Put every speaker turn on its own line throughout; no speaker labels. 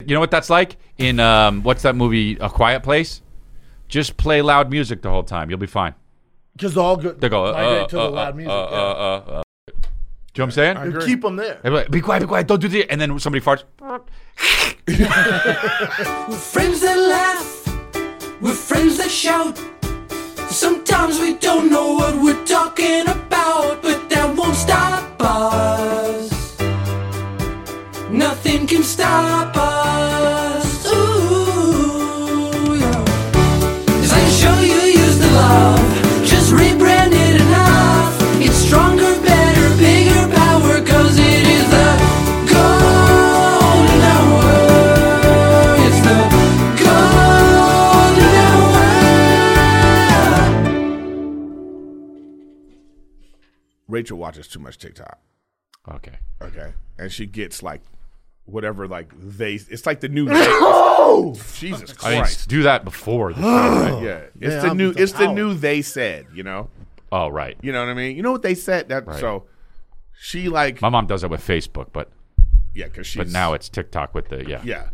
You know what that's like in um, what's that movie? A Quiet Place. Just play loud music the whole time. You'll be fine.
Because all good.
They go. Uh,
migrate
uh,
to
uh,
the loud
uh,
music.
uh,
yeah.
uh, uh, uh. Do you know what I'm saying?
You keep them there.
They'd be like, be quiet, be quiet, don't do the. And then somebody farts.
Friends that laugh, we're friends that shout. Sometimes we don't know what we're talking about, but that won't stop us. Nothing can stop us. Ooh, yeah. 'Cause I can show you use the love, just rebrand it enough. It's stronger, better, bigger power, cause it is the golden hour. It's the golden hour.
Rachel watches too much TikTok.
Okay.
Okay. And she gets like whatever like they it's like the new no! Jesus
I mean,
Christ.
do that before. The show, right?
yeah. It's
Yeah,
the
I'm
new
the
it's the
power.
new they said, you know?
Oh, right.
You know what I mean? You know what they said that so she like
My mom does that with Facebook, but
yeah, cuz she's
but now it's TikTok with the yeah.
yeah.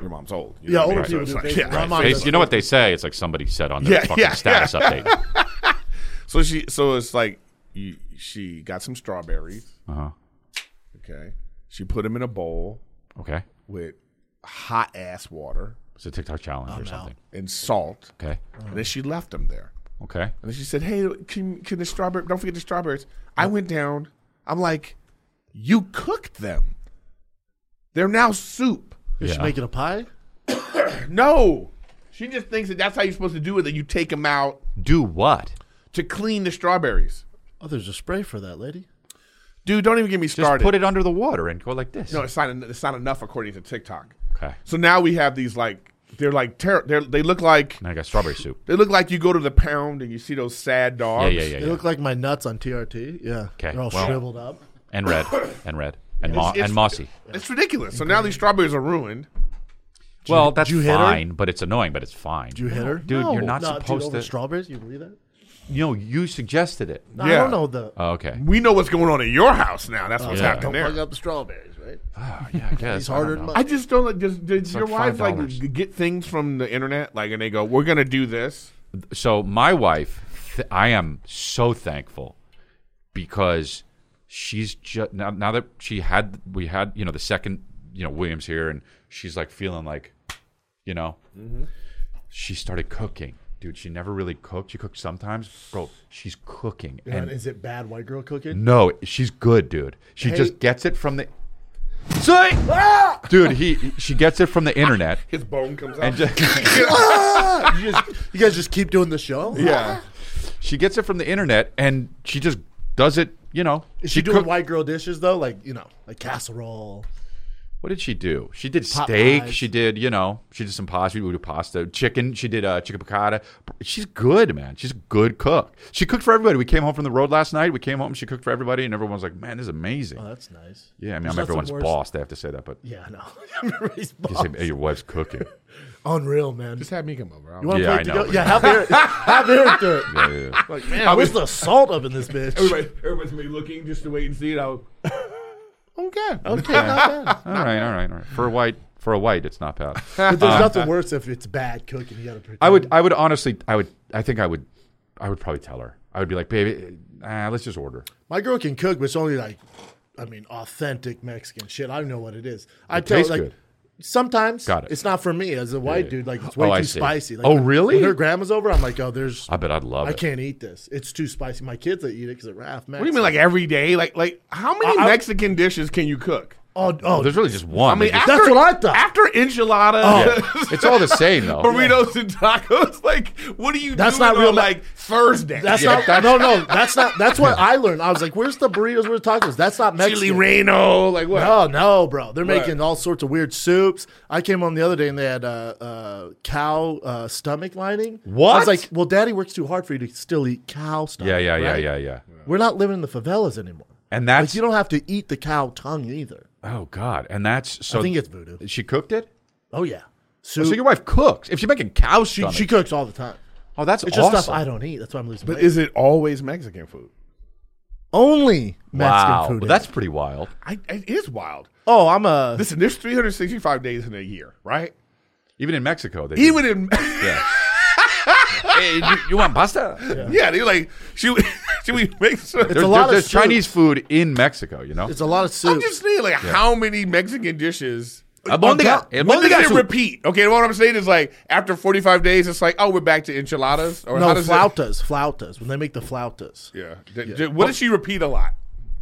Your mom's old. you
Yeah,
know what I
older
mean? So
people
it's
do things.
like, yeah,
My mom
Face-
does
you know what they say? It's like somebody said on their
Yeah,
fucking
yeah,
status update.
So she, so it's like you, she got some strawberries.
Uh-huh.
Okay, she put them in a bowl
Okay.
with hot ass water
It's a TikTok challenge
Oh,
or something.
and salt,
Okay.
and then she left them there.
Okay.
And then she said, "Hey, can can the strawberry? Don't forget the strawberries." I went down. I'm like, "You cooked them. They're now soup."
Is she
Yeah.
making a pie?
No, she just thinks that that's how you're supposed to do it. That you take them out
Do what?
to clean the strawberries.
Oh, there's a spray for that, lady.
Dude, don't even get me
Just
started.
put it under the water and go like this.
No, it's not. en- It's not enough according to TikTok.
Okay.
So now we have these like they're like ter- they're, they look like
Now I got strawberry soup.
they look like you go to the pound and you see those sad
Yeah,
dogs.
yeah, yeah.
They
yeah.
look like my nuts on TRT. Yeah.
Okay,
They're all
well-
shriveled up.
and red. And red. And, mo-
it's-
and mossy.
It's ridiculous. So now these strawberries are ruined.
Well, that's
you hit her?
fine, but it's annoying, but it's fine.
Did you hit her?
Dude, you're not
No, dude,
supposed
over
to.
Strawberries? You believe that?
you know, you suggested it.
No,
Yeah.
I don't know the.
Oh, okay.
We know what's going on in your house now. That's what's
Yeah.
happening
don't plug
there.
up the strawberries, right?
Oh, yeah, I guess.
It's
I don't
harder than
know.
mine.
I just don't like. Does, does your
like
wife like
$5.
g- get things from the internet? Like, and they go, "We're gonna do this."
so my wife, th- I am so thankful because she's just now, now that she had we had you know the second you know Williams here and she's like feeling like you know
Mm-hmm.
she started cooking dude she never really cooked she cooked sometimes bro she's cooking
And
and
is it bad white girl cooking?
no she's good dude she
Hey. Ah!
just gets it from the Sorry! dude he she gets it from the internet
His bone comes out.
and just
you, just, you guys just keep doing the show?
yeah,
she gets it from the internet and she just does it you know
Is she, doing
cook-
white girl dishes, though? Like, you know, like casserole.
what did she do she did
Pot
steak
pies.
she did you know she did some pasta she would do pasta chicken she did uh, chicken piccata she's good man she's a good cook she cooked for everybody we came home from the road last night we came home she cooked for everybody and everyone was like man this is amazing
Oh, that's nice.
yeah i
There's
mean i'm
nothing
everyone's
worse-
boss they have to say that but
Yeah, I know. Everybody's
you say,
boss.
hey, your wife's cooking
Unreal, man.
just have me come over. I'll-
You want to
Yeah,
play
I
it to
know.
go? Yeah, have Eric, have Eric do it.
Yeah, yeah, yeah.
Like, man, where's the salt up in this bitch?
everybody, everybody's gonna be looking just to wait and see. I'll okay, okay.
all right all right all right for a white for a white it's not bad
But there's nothing worse if it's bad cooking. You gotta pretend.
Uh, I would, I would honestly, I would, I think I would, I would probably tell her. I would be like, baby, uh, let's just order.
My girl can cook, but it's only like, I mean, authentic Mexican shit. I don't know what it is. I tell
tastes
like
good.
sometimes
Got it.
it's not for me as a white
yeah.
dude. Like it's way
Oh, I
too
see.
spicy. Like,
Oh,
when-
really?
When her grandma's over, I'm like, oh, there's.
I bet I'd love
I
it.
can't eat this. It's too spicy. My kids they eat it because they're half Mexican.
What do you mean, like every day? Like, like how many
I- I-
Mexican dishes can you cook?
Oh, oh,
There's really just one.
I mean,
They just-
after,
That's what I thought. Oh.
After enchilada,
it's all the same though.
burritos and tacos, like what are you?
That's
doing
not real
on,
me-
like Thursday.
that's
Yeah,
not. no, no, that's not. That's what I learned. I was like, where's the burritos? Where's the tacos? That's not Mexican.
chili reno, like what?
Oh no, bro! They're
What?
making all sorts of weird soups. I came home the other day and they had uh, uh, cow uh, stomach lining. I
What?
was like, "Well, Daddy works too hard for you to still eat cow stomach."
yeah, yeah, yeah,
right?
yeah, yeah.
We're not living in the favelas anymore.
And
Like
that's
you don't have to eat the cow tongue either.
oh god, and that's so.
I think it's voodoo.
she cooked it.
Oh yeah,
So
soup.
your wife cooks. If she's making cow
she,
stomach,
she cooks all the time.
oh, that's
It's just
awesome.
stuff I don't eat. That's why I'm losing
But
weight.
is it always Mexican food?
Only Mexican
wow,
food.
Well,
is.
that's pretty wild.
I, it is wild.
Oh, I'm a.
Listen, there's 365 days in a year, right?
Even in Mexico, they
Even in
Yeah. Hey, you, you want pasta?
yeah, they're like, should we, should we make sure?
There's,
a lot
there's-
of
there's
soup.
Chinese food in Mexico, you know.
it's a lot of soup.
I'm just saying, like, how many Mexican dishes?
Abondiga.
When does
Abondiga
it
soup.
repeat? Okay, what I'm saying is like after 45 days, it's like, oh, we're back to enchiladas. Or
no
how does it-
flautas, flautas. When they make the flautas,
Yeah. D- d- What does she repeat a lot?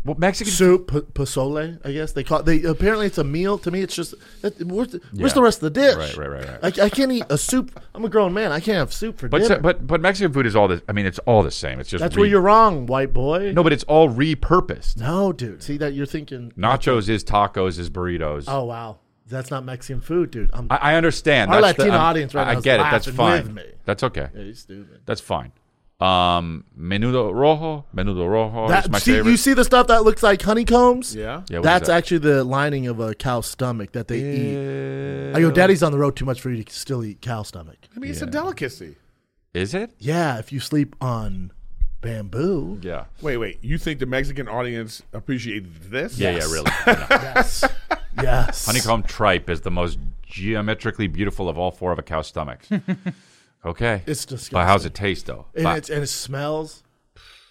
Well, Mexican
soup p- pozole. I guess they call. They apparently it's a meal. To me, it's just that, where's, the, where's
Yeah.
the rest of the dish?
Right, right, right,
I, I can't eat a soup. I'm a grown man. I can't have soup for
But,
dinner.
so, but but Mexican food is all the I mean, it's all the same. It's just
That's
re-
where you're wrong, white boy.
no, but it's all repurposed.
no, dude. See that you're thinking.
Nachos is tacos is burritos.
Oh wow, that's not Mexican food, dude. I'm
I, I understand.
Our
That's the-
Latino
I'm-
audience right
I,
now
I
is
get it. That's
laughing
fine.
with me.
That's okay.
you stupid.
That's fine. Um, menudo rojo, menudo rojo is my
see,
favorite.
you see the stuff that looks like honeycombs?
Yeah.
Yeah, what is
That's
that?
actually the lining of a cow's stomach that they eat. I go, Daddy's on the road too much for you to still eat cow stomach.
I mean, it's a delicacy.
is it?
Yeah, if you sleep on bamboo.
Yeah.
Wait, wait. You think the Mexican audience appreciates this?
Yeah, yeah, really. I know.
Yes. yes.
Honeycomb tripe is the most geometrically beautiful of all four of a cow's stomachs. okay.
It's disgusting.
But how's it taste though?
And,
Bah.
it's, and it smells.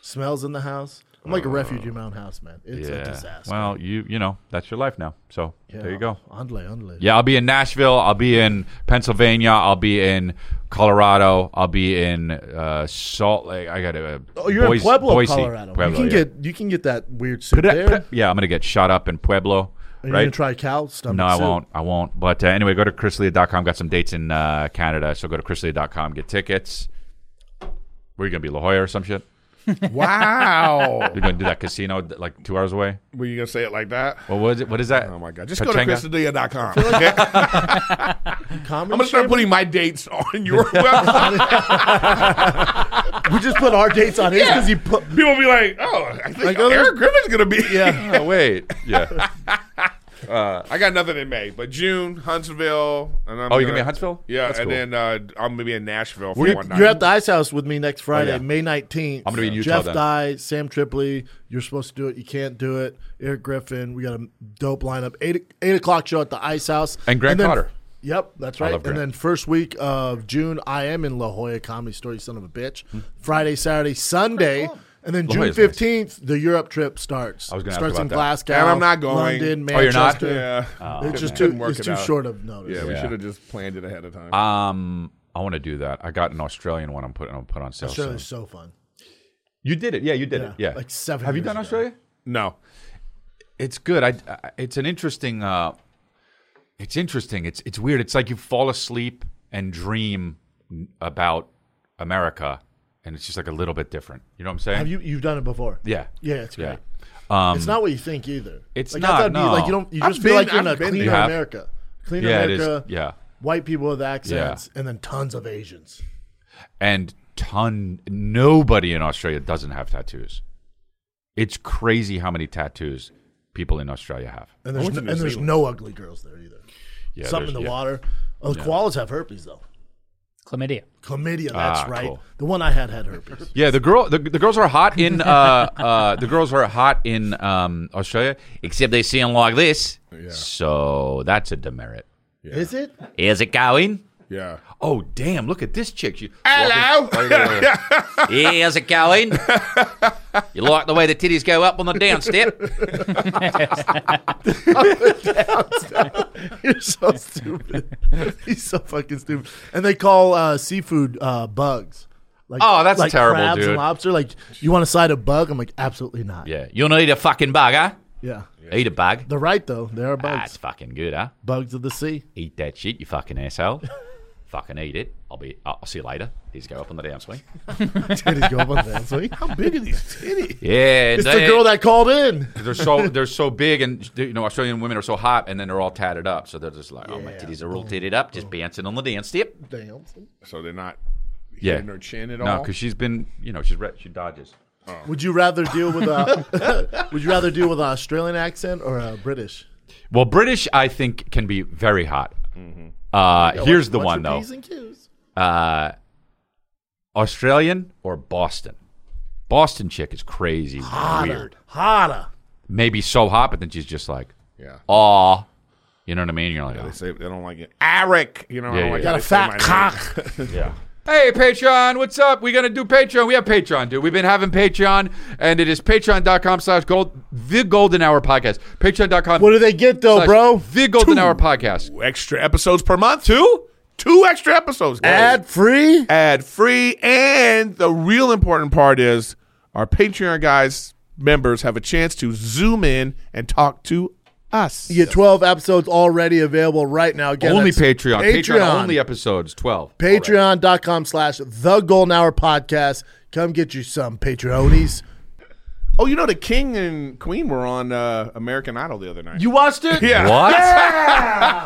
Smells in the house. I'm like a refugee mound house, man. It's a disaster.
Uh, Well, you you know that's your life now. So there you go.
Andle, andle.
Yeah, I'll be in Nashville. I'll be in Pennsylvania. I'll be in Colorado. I'll be in uh, Salt Lake. I got to. Uh,
Oh, you're
Boise,
in Pueblo,
Boise.
Colorado.
Pueblo,
you can
yeah.
get you can get that weird soup
Pre-
there.
pre- yeah, I'm gonna get shot up in Pueblo.
Are you
right?
gonna try cow stomach?
no, I
soup?
won't. I won't. But uh, anyway, go to chrislea.com. Got some dates in uh, Canada, so go to chrislea.com. Get tickets. Where you gonna be, La Jolla or some shit?
Wow.
You're gonna do that casino like two hours away.
Were you going to say it like that?
What was it? What is that?
Oh, my God. Just
Pachanga?
go to chrisadelia.com. Okay? I'm
Comedy
going to start
Chamber?
putting my dates on your website.
We just put our dates on his because he put.
People be like, oh, I think
Like other-
Eric Griffin's going to be
Yeah.
Oh, wait. Yeah.
I got nothing in May, but June, Huntsville. And I'm
Oh, you're gonna be in Huntsville?
Yeah,
That's
and
cool.
then uh, I'm gonna be in Nashville for
You're,
one night.
you're at the Ice House with me next Friday,
Oh, yeah.
May 19th.
I'm gonna be in Utah
Jeff
then.
Dye, Sam Tripley. You're supposed to do it. You can't do it. Eric Griffin. We got a dope lineup. Eight, eight o'clock show at the Ice House.
And Grant
then-
Cotter.
Yep, that's right.
love
And
Grant.
then first week of June, I am in La Jolla Comedy Store, you son of a bitch. Friday, Saturday, Sunday. And then
Hmm. La
June
Jolla's nice.
15th, the Europe trip starts.
I was gonna ask
starts in
about that.
Glasgow.
And I'm not going.
London,
Oh, you're not?
Manchester.
yeah,
It's just
Couldn't
too,
work
it's
it
too
out.
short of notice.
Yeah, we
Yeah.
should have just planned it ahead of time.
Um, I want to do that. I got an Australian one. I'm putting. I'm put on sale.
Australia
Soon.
is so fun.
You did it. Yeah, you did it.
Yeah,
Yeah,
like seven
Have you
years
done
ago.
Australia?
no,
It's good. I, I. It's an interesting. Uh, it's interesting. It's it's weird. It's like you fall asleep and dream about America, and it's just like a little bit different. You know what I'm saying?
Have you you've done it before?
Yeah.
Yeah, it's great.
Yeah.
it's not what you think either.
It's
like, I
not,
thought it'd be
no.
like you don't. You
I've
just feel
been-
like you're in
I've
a
been
cleaner
there. You have?
America, cleaner
Yeah, it is.
America.
Yeah.
white people with accents, and then tons of Asians.
and ton nobody in Australia doesn't have tattoos. It's crazy how many tattoos people in Australia have.
And there's
went to
no,
New
and there's
Zealand.
no ugly girls there either.
Yeah,
Something in the
there's- yeah.
water. Oh, the koalas have herpes though.
Chlamydia.
Chlamydia. That's
Ah,
right.
cool.
The one I had had herpes.
Yeah, the girl, the, the girls are hot in uh, uh, the girls are hot in um, Australia, except they see them like this. So that's a demerit.
Is it?
Is it going?
yeah.
Oh damn! Look at this chick. She, Oh,
Hello.
Here's it going. You like the way the titties go up on the down step?
You're so stupid. He's so fucking stupid. And they call uh, seafood uh, bugs. Like,
Oh, that's
like
terrible,
crabs
dude.
And lobster. Like, you want a side of bug? I'm like, absolutely not.
Yeah, you don't eat a fucking bug, huh?
Yeah.
Eat a bug.
They're right though. There are
That's
bugs.
fucking good, huh?
bugs of the sea.
Eat that shit, you fucking asshole. fucking eat it. I'll be. I'll see you later. Titties go up on the downswing.
Titties go up on that. So how big are these titties?
Yeah,
It's the girl that called in.
they're so they're so big, and you know Australian women are so hot, and then they're all tatted up, so they're just like, oh my titties are all tatted up, just bouncing on the dance step.
Damn.
So they're not
Yeah.
hitting her chin at
No,
all.
because she's been, you know, she's re- she dodges.
Would you rather deal with a Would you rather deal with an Australian accent or a British?
Well, British, I think, can be very hot. Uh, here's the
Mm-hmm. What's
one
your
though:
P's and Q's?
uh, Australian or Boston. Boston chick is crazy,
Hotter,
weird,
hotter.
maybe so hot, but then she's just like,
Yeah.
aw. You know what I mean? You're like,
They
"Oh."
say they don't like it. Eric, you know, I
Yeah,
don't
yeah,
like
yeah.
how
Got a
they say my
fat
name.
cock.
Hey Patreon, what's up? We're gonna do Patreon. We have Patreon, dude. We've been having Patreon, and it is patreon.com slash gold the golden hour podcast. Patreon.com
What do they get though,
slash
bro?
The golden hour podcast.
Extra episodes per month. Two? Two extra episodes. guys.
Ad free.
ad free. And the real important part is our Patreon guys members have a chance to zoom in and talk to us.
You get 12 episodes already available right now. Again,
only
that's
Patreon. Patreon. only episodes, twelve.
Patreon.com slash The Golden Hour Podcast. Come get you some Patreonies.
Oh, you know the king and queen were on uh, American Idol the other night.
You watched it?
yeah.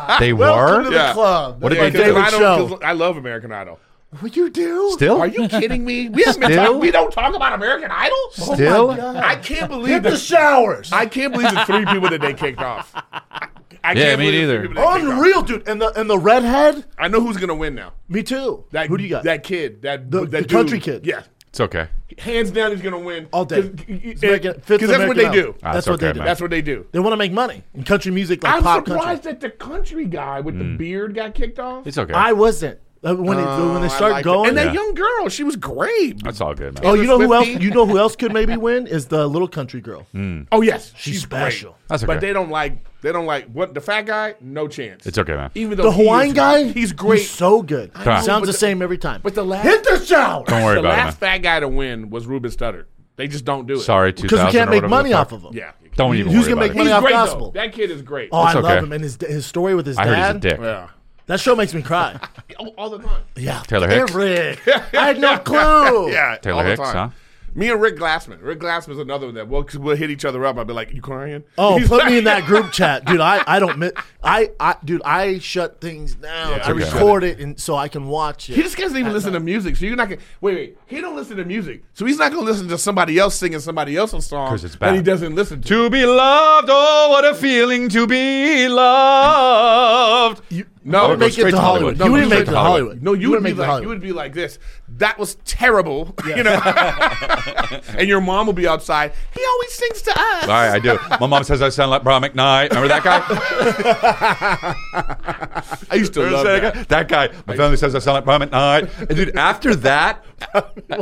What? They
Welcome to
were
the
Yeah.
club.
What
That's
did
my
they do?
Because I,
favorite
don't,
show.
'cause I love American Idol.
What you do?
still
Are you kidding me? We, haven't been
Still?
talk- we don't talk about American Idol.
still.
I can't believe
Hit the
that.
showers.
I can't believe the three people that they kicked off. I, I
Yeah,
can't
me
believe the
neither.
three people they kicked off.
Unreal, dude. And the and the redhead?
I know who's gonna win now.
Me too.
That,
Who do you got?
That kid. That
The-
that
the
dude.
country kid.
Yeah,
it's okay.
hands down, he's gonna win
All day.
Because
It's making- fifth
that's what
American
they
Idol.
do.
Ah,
that's
it's
what they
okay,
do.
man.
That's what they do.
They want to make money in country music, like
I'm
pop
surprised
country.
that the country guy with the beard got kicked off.
Mm. It's okay.
I wasn't. Uh, When,
Oh,
they, when they start going,
and
Yeah.
that young girl, she was great.
That's all good, man.
oh, you know who else?
50?
You know who else could maybe win is the little country girl.
Hmm.
Oh yes,
She's
she's,
special.
Great.
That's okay.
But they don't like they don't like what the fat guy. No chance.
It's okay, man.
Even though
The
he is-
Hawaiian guy,
he's great.
He's so good.
know,
Sounds
but
the
the-
same every time.
but the last
hit the shower
Don't worry
the
about it.
last
Man.
fat guy to win was Ruben Studdard. They just don't do it.
Sorry, two
because
thousand.
we can't make money off of him.
Yeah.
Don't even.
Who's gonna
worry about
make
it.
money
He's
off
great
gospel?
though. That kid is great.
Oh, I
It's
love
okay.
him and his his story with his
I heard he's
dad.
a dick.
yeah.
That show makes me cry.
All, all the time.
yeah,
Taylor Hicks?
Eric. I had no clue.
Yeah.
Taylor
all the
Hicks,
time.
huh?
Me and Rick Glassman. Rick Glassman's another one that we'll, we'll hit each other up. I'll be like, "You crying?"
Oh,
He's
put me
like-
in that group chat, dude. I, I don't miss. I, I dude, I shut things down. I
okay.
record it and so I can watch it.
He just doesn't even listen to music. So you're not gonna wait. Wait, he don't listen to music. So he's not gonna listen to somebody else singing somebody else's song
'Cause it's
that he
bad.
doesn't listen to.
To be loved, oh, what a feeling to be loved.
You-
No,
you
it
would
goes
make it Oh,
straight
to Hollywood.
to Hollywood.
You
No,
wouldn't
straight
make it
to
to Hollywood.
No, you would
wouldn't
be
make it to
like you
Hollywood.
would be like this. That was terrible. You know, and your mom will be outside. He always sings to us.
All right, I do. My mom says I sound like Brian McKnight. Remember that guy?
I used to love
that,
that.
guy? that guy. My family says I sound like Brian McKnight. And dude, after that,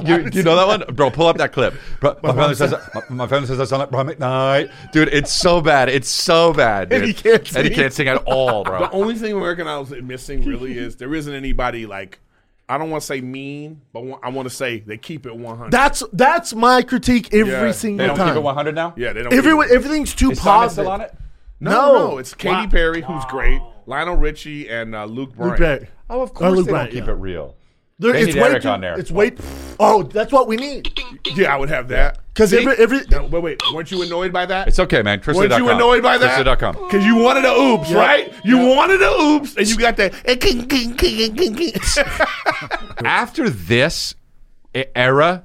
you, you know that one, bro. Pull up that clip. Bro, my, family says I- my, my family says I sound like Brian McKnight. Dude, it's so bad. It's so bad. Dude.
And he can't
And
sing.
he can't sing at all, bro.
The only thing American Idol is missing really is there isn't anybody like I don't want to say mean, but wa- I want to say they keep it 100.
That's that's my critique every
Yeah, they
they
single
don't
time.
keep it 100 now.
yeah, they don't. keep
Every-
it.
everything's too
Is Simon
positive.
still on it?
No,
No.
no, it's Katy Perry, who's great, Lionel Richie, and uh, Luke Bryan.
Luke Perry.
Oh, of
Or
course
Luke
they
Bryan,
don't keep
yeah.
it real.
There-
They
it's
need
way
Eric
too,
on there.
It's way. Oh, that's what we need.
Yeah, I would have that.
'Cause
See?
every- every-
No, wait, wait, weren't you annoyed by that?
It's okay, man. Trista.com.
Weren't you annoyed by that?
Trista.com.
Because you wanted the oops,
Yeah.
right? You wanted the oops, and you got that. eh, king, king, king, king, king.
after this e- era,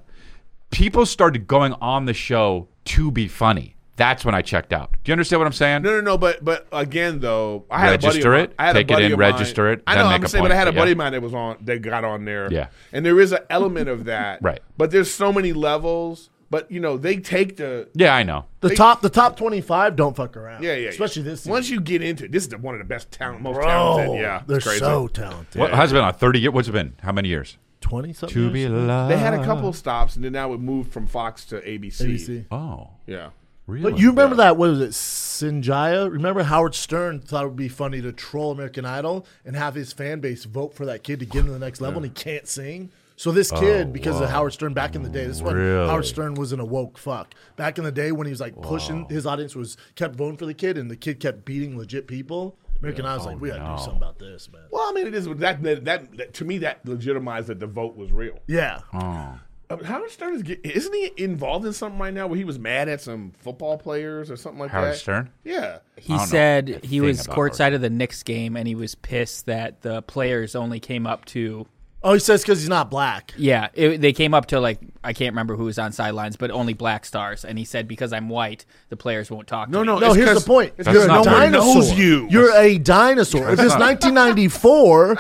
people started going on the show to be funny. That's when I checked out. Do you understand what I'm saying?
no, no, no. But but again, though, I had a
Register
buddy of
it,
mine. I had a
take it
buddy
in,
of mine-
register it,
I
then
know,
make
I'm
a
saying, but
point,
I had a
yeah.
buddy of mine that was on. That got on there.
Yeah.
And there is an element of that.
Right.
But there's so many levels. But you know, they take the
Yeah, I know.
The top the top twenty five don't fuck around.
Yeah, yeah.
Especially
yeah.
this. Season.
Once you get into it, this is the, one of the best talent, most
oh,
talented. Yeah,
they're
it's crazy.
so talented.
What has it been on 30 years? What's it been? How many years?
Twenty something.
To
years?
be loved.
They had a couple stops, and then now it moved from Fox to ABC.
ABC.
Oh,
Yeah.
really?
But you remember that? What was it? Sinjaya? Remember Howard Stern thought it would be funny to troll American Idol and have his fan base vote for that kid to get him to the next level, and he can't sing. So this kid, because of Howard Stern back in the day, this is when
Really?
Howard Stern was an awoke fuck. Back in the day when he was like pushing, his audience was kept voting for the kid, and the kid kept beating legit people. American Idol's like, we gotta do something about this, man.
Well, I mean, it is that that, that, that to me that legitimized that the vote was real.
Yeah,
Uh, Howard Stern is get- isn't he involved in something right now where he was mad at some football players or something like that?
Howard Stern?
Yeah.
I
He
don't know a
said he
thing
was
about her.
courtside of the Knicks game and he was pissed that the players only came up to
Oh, he says because he's not black.
yeah it, they came up to like I can't remember who was on sidelines but only black stars and he said because I'm white the players won't talk to me.
No, here's the point.
It's
You're a
because no one
dinosaur.
knows you.
You're a dinosaur. If it's
not-
1994,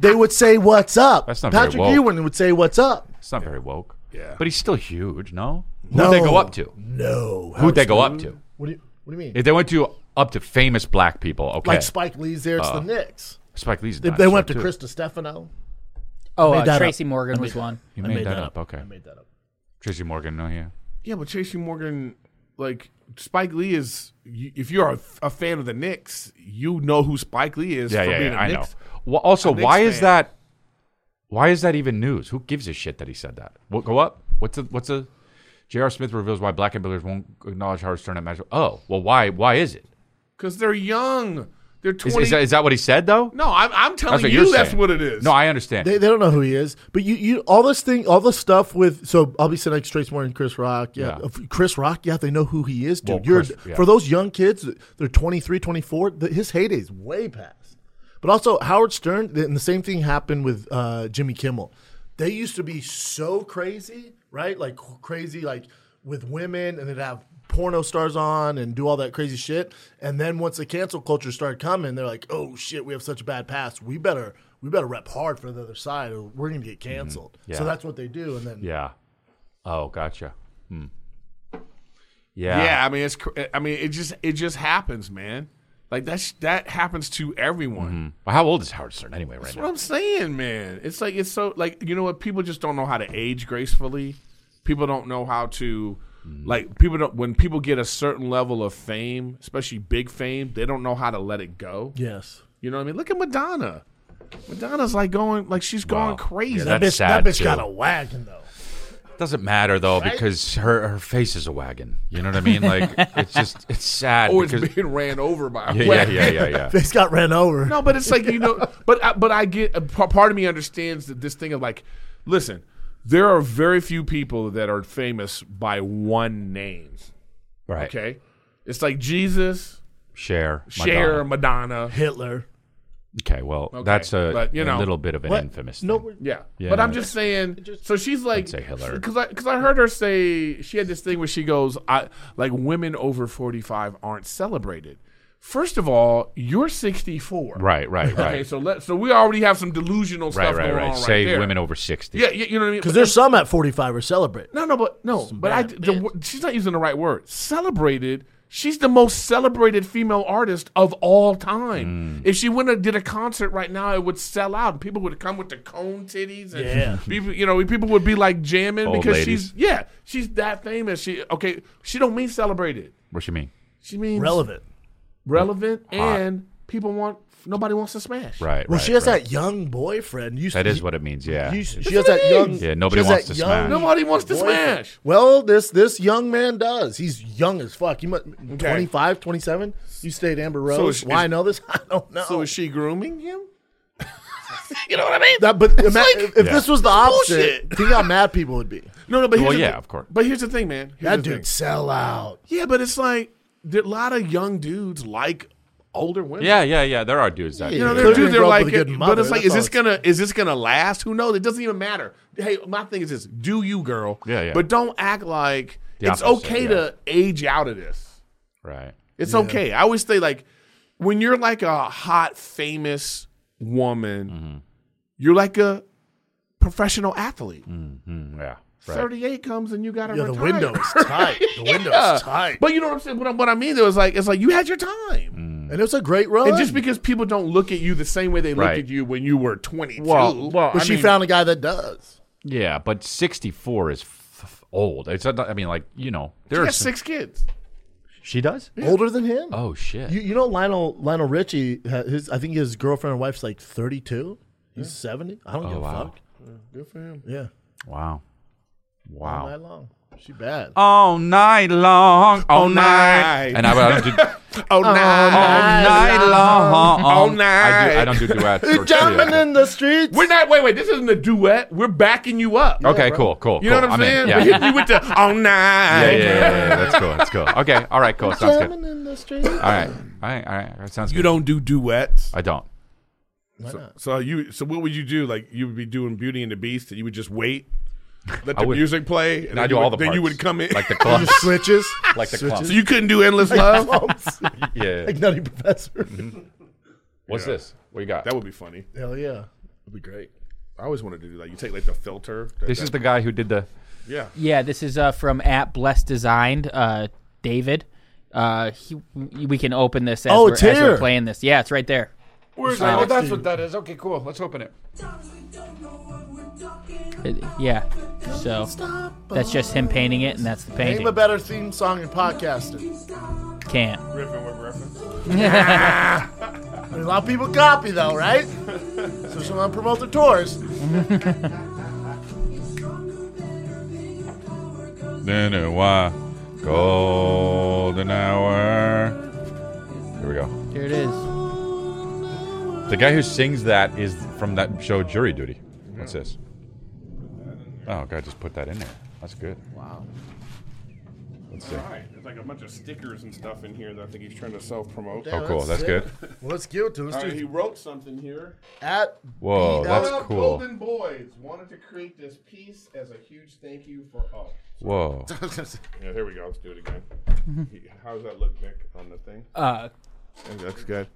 they would say, "What's up?"
That's not very
Patrick
woke.
Ewing would say, "What's up?"
It's not very woke.
Yeah.
But he's still huge, no? Mm-hmm. Who'd they go up to?
No.
Who'd they go up to?
What do you What do you mean?
If they went to up to famous black people. Okay,
Like Spike Lee's there, it's the Knicks.
Spike Lee's.
They,
a
they
dinosaur,
went to
too.
Chris Stefano.
Oh,
made that
uh,
up.
Tracy Morgan was one.
You
I
made, that, up. Okay,
I made that up.
Tracy Morgan. No, yeah.
Yeah, but Tracy Morgan, like Spike Lee is. y- If you're a, a fan of the Knicks, you know who Spike Lee is.
yeah,
for
yeah,
being
yeah,
a
I know.
Knicks.
Well, also,
Knicks
why is
fan.
that? Why is that even news? Who gives a shit that he said that? What go up? What's a, what's a? J.R. Smith reveals why black and billionaires won't acknowledge Howard Stern at match. Oh, well, why? Why is it?
Because they're young. They're
Is,
20.
is, that, is that what he said though?
no, I'm, I'm telling
That's what
you
you're
that's
saying.
what it is.
No, I understand.
They, they don't know who he is, but you, you all this thing, all this stuff with so obviously like Trace Morgan, Chris Rock, yeah,
Yeah.
If- Chris Rock, yeah, they know who he is, dude.
Well,
You're
Chris- yeah.
for those young kids, they're 23, 24. The, his heyday's way past. But also Howard Stern, and the same thing happened with uh, Jimmy Kimmel. They used to be so crazy, right? Like crazy, like with women, and they'd have porno stars on and do all that crazy shit. And then once the cancel culture started coming, they're like, "Oh shit, we have such a bad past. We better." We better rep hard for the other side, or we're going to get canceled.
Mm-hmm. Yeah.
So that's what they do, and then
yeah. Oh, gotcha. Hmm. Yeah.
Yeah, I mean it's. cr- I mean it just it just happens, man. Like that's that happens to everyone.
Well, how old is Howard Stern anyway? Right
That's what
now.
I'm saying, man. It's like it's so like you know what people just don't know how to age gracefully. People don't know how to
Mm.
like people don't when people get a certain level of fame, especially big fame, they don't know how to let it go.
yes,
You know what I mean? Look at Madonna. Madonna's like going like she's
Wow.
going crazy.
Yeah,
that
that's
bitch, that
sad,
bitch
too.
got a wagon though.
Doesn't matter though because her her face is a wagon. You know what I mean? Like it's just it's sad.
or Oh, it's
because-
being ran over by a
yeah, yeah,
wagon.
yeah, yeah, yeah.
Face got ran over.
No, but it's like you know, but I, but I get a p- part of me understands that this thing of like, listen, there are very few people that are famous by one name.
Right.
Okay, it's like Jesus,
Share.
Cher, Madonna.
Hitler.
Okay, well, that's a,
but, you
a
know.
little bit of an
What?
infamous
No,
thing.
we're-
Yeah.
Yeah.
but I'm just saying. so she's like,
say Hitler.
because I because I heard her say she had this thing where she goes, I like women over 45 aren't celebrated. First of all, you're 64.
right, right, right,
Okay, so let so we already have some delusional
right,
stuff
right,
going
right.
on right
Say
there.
women over sixty.
Yeah, yeah, you know what I mean.
Because there's some at 45 are celebrate.
No, no, but no, but I.
bad
The,
bitch.
wo- she's not using the right word. Celebrated. She's the most celebrated female artist of all
Mm.
time. If she went and did a concert right now, it would sell out. and People would come with the cone titties, and
Yeah.
people, you know, people would be like jamming
Old
because she's
ladies.
yeah, she's that famous. She okay, she don't mean celebrated.
What you mean?
She means
Relevant.
relevant, and people want nobody wants to smash.
Right.
Well,
right,
she has
right.
that young boyfriend. You,
That is what it means. Yeah.
You,
It's-
she has
what
that
it
young.
is.
Yeah, nobody
she has
wants
that
to
young
smash.
Nobody wants to
boyfriend.
smash.
Well, this this young man does. He's young as fuck. He must 25, 27. You stayed Amber Rose.
is-
Why I
is-
know this? I don't know.
So is she grooming him? you know what I mean?
that, but ima-
like-
if if
Yeah.
this was the opposite,
bullshit.
think how mad people would be.
No, no, but here's
Well,
the
yeah,
thing-
of course.
But here's the thing, man. Here's
That
the
dude
thing.
sell out.
Yeah, but it's like there- a lot of young dudes like older women.
yeah, yeah, yeah. There are dudes that.
Yeah.
You know,
do.
they're
Clearly
dudes.
they
They're
grew up
like,
with a good
but
mother,
it's like,
that's
is
all
this
it's-
gonna is this gonna last? Who knows? It doesn't even matter. Hey, my thing is this: do you, girl?
Yeah, yeah.
But don't act like
The
it's
opposite,
okay
yeah.
to age out of this.
Right.
It's okay. I always say like when you're like a hot famous woman,
Mm-hmm.
you're like a professional athlete.
Mm, yeah. Right.
38 comes and you got to
Yeah, the
retire.
window is tight. The window
Yeah.
is tight.
But you know what I'm saying? What, I- what I mean though is like it's like you had your time.
and it was a great run.
And just because people don't look at you the same way they looked
Right.
at you when you were 22.
but she found a guy that does.
Yeah, but sixty-four is f- f- old. It's not, I mean, like you know,
you
there are
got
some-
six kids.
She does.
Older than him.
Oh shit.
You, you know Lionel Lionel Richie ha- his I think his girlfriend and wife's like 32. He's 70. I don't give a
wow.
fuck.
Good for him.
Yeah.
wow.
All
Wow.
night long. She bad.
All night long, all,
All night.
night. and I, I don't do
Oh,
all
nah.
night long,
All
I, do, I
night.
don't do duets. or
Jumping
trios.
in the streets.
We're not. Wait, wait. This isn't a duet. We're backing you up.
Okay, cool, cool.
You know
Oh, cool.
what I'm saying?
In. Yeah,
But
yeah,
hit you oh, with the all night.
yeah, yeah, yeah, yeah. That's cool. That's cool. Okay, all right, cool. Sounds good.
Jumping in the streets.
All right, all right, all right. That sounds
You
good.
don't do duets.
I don't.
Why not?
So you. So what would you do? Like you would be doing Beauty and the Beast, and you would just wait, let
I
the
would-
music play, and
I
then
do
you
all
would-
the
Then you
parts.
would come in.
like the clumps,
Just switches.
like the
switches.
clumps.
so you couldn't do endless love.
Bumps.
yeah.
like Nutty Professor.
What's this? What you got?
that would be funny.
Hell yeah. That'd be great.
I always wanted to do that. You take like the filter. that-
This
that-
is the guy who did the.
yeah.
Yeah, this is uh, from at Blessed Designed, uh, David. Uh, he, we can open this as,
Oh,
we're,
it's
as we're
here.
playing this. Yeah, it's right there.
oh, that's what that is. Okay, cool. Let's open it.
It- yeah. So that's just him painting it, and that's the
Name a
painting.
better theme song in podcasting.
Can't.
Riffing with riffing.
I mean, a lot of people copy though, right? so some of them promote their tours.
Then it was golden hour. Here we go.
Here it is.
The guy who sings that is from that show Jury Duty. What's this? Oh God, just put that in there. That's good.
Wow.
Let's see.
Hi. There's like a bunch of stickers and stuff in here that I think he's trying to self promote.
Yeah,
Oh, cool. That's
it.
good.
Well, let's give it to him. Let's do
he wrote something here.
at
Whoa,
Beat
that's
What up,
cool.
Golden Boys wanted to create this piece as a huge thank you for oh. all.
Whoa.
Yeah, here we go. Let's do it again.
Mm-hmm.
He- How does that look, Nick, on the thing?
Uh,
That looks good.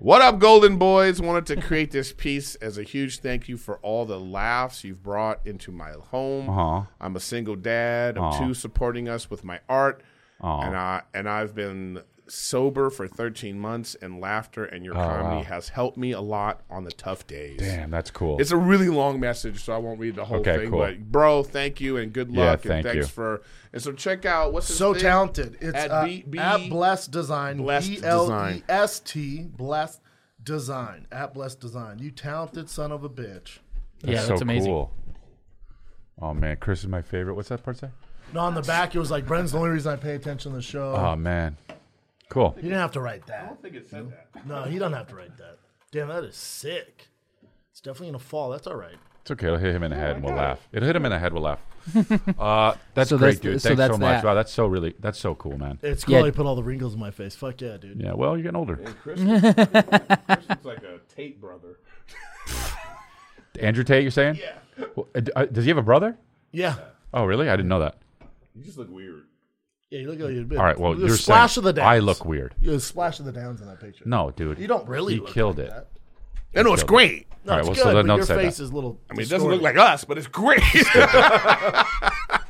What up, Golden Boys? Wanted to create this piece as a huge thank you for all the laughs you've brought into my home.
Uh-huh.
I'm a single dad of
Aw.
two, supporting us with my art,
Aw.
and I and I've been sober for 13 months, and laughter and your comedy
Oh, wow.
has helped me a lot on the tough days.
Damn, that's cool.
It's a really long message, so I won't read the whole
Okay,
thing.
cool.
But bro, thank you and good
Yeah,
luck
thank
and thanks
you.
for and so check out what's his
So
thing?
talented. It's
At
at,
B- B-
at Blessed Design.
Blessed
B L
Design.
E S T. Blessed Design. At Blessed Design. You talented son of a bitch.
yeah, that's
so
amazing.
cool. Oh man, Chris is my favorite. What's that part say?
No, on the back, it was like, Bren's the only reason I pay attention to the show.
Oh man, cool.
you didn't have to write that.
I think it said that.
No, he doesn't have to write that. Damn, that is sick. It's definitely gonna fall. That's all right.
It's okay. It'll hit him in the head and we'll laugh. It'll hit him in the head. We'll laugh. uh, that's
So
great,
that's
dude.
the- so
Thanks so, much.
that's that.
Wow, that's so really. That's so cool, man.
It's
Yeah.
cool. They put all the wrinkles in my face. Fuck yeah, dude.
Yeah. Well, you're getting older.
Chris, looks- Chris looks like a Tate brother.
Andrew Tate, you're saying? Yeah. uh, does he have a brother?
Yeah.
Oh, really? I didn't know that.
You just look weird.
Yeah, you look like you're a bit.
All right. Well,
the
you're
splash
saying
of the downs.
I look weird.
You're a splash of the downs in that picture.
No, dude.
you don't really.
He
look
killed
like
it.
that.
I know it's great.
No,
All right,
it's
well, so
good,
then
but
don't
your
say that.
face is a little.
I mean, it doesn't
distorted.
look like us, but it's great.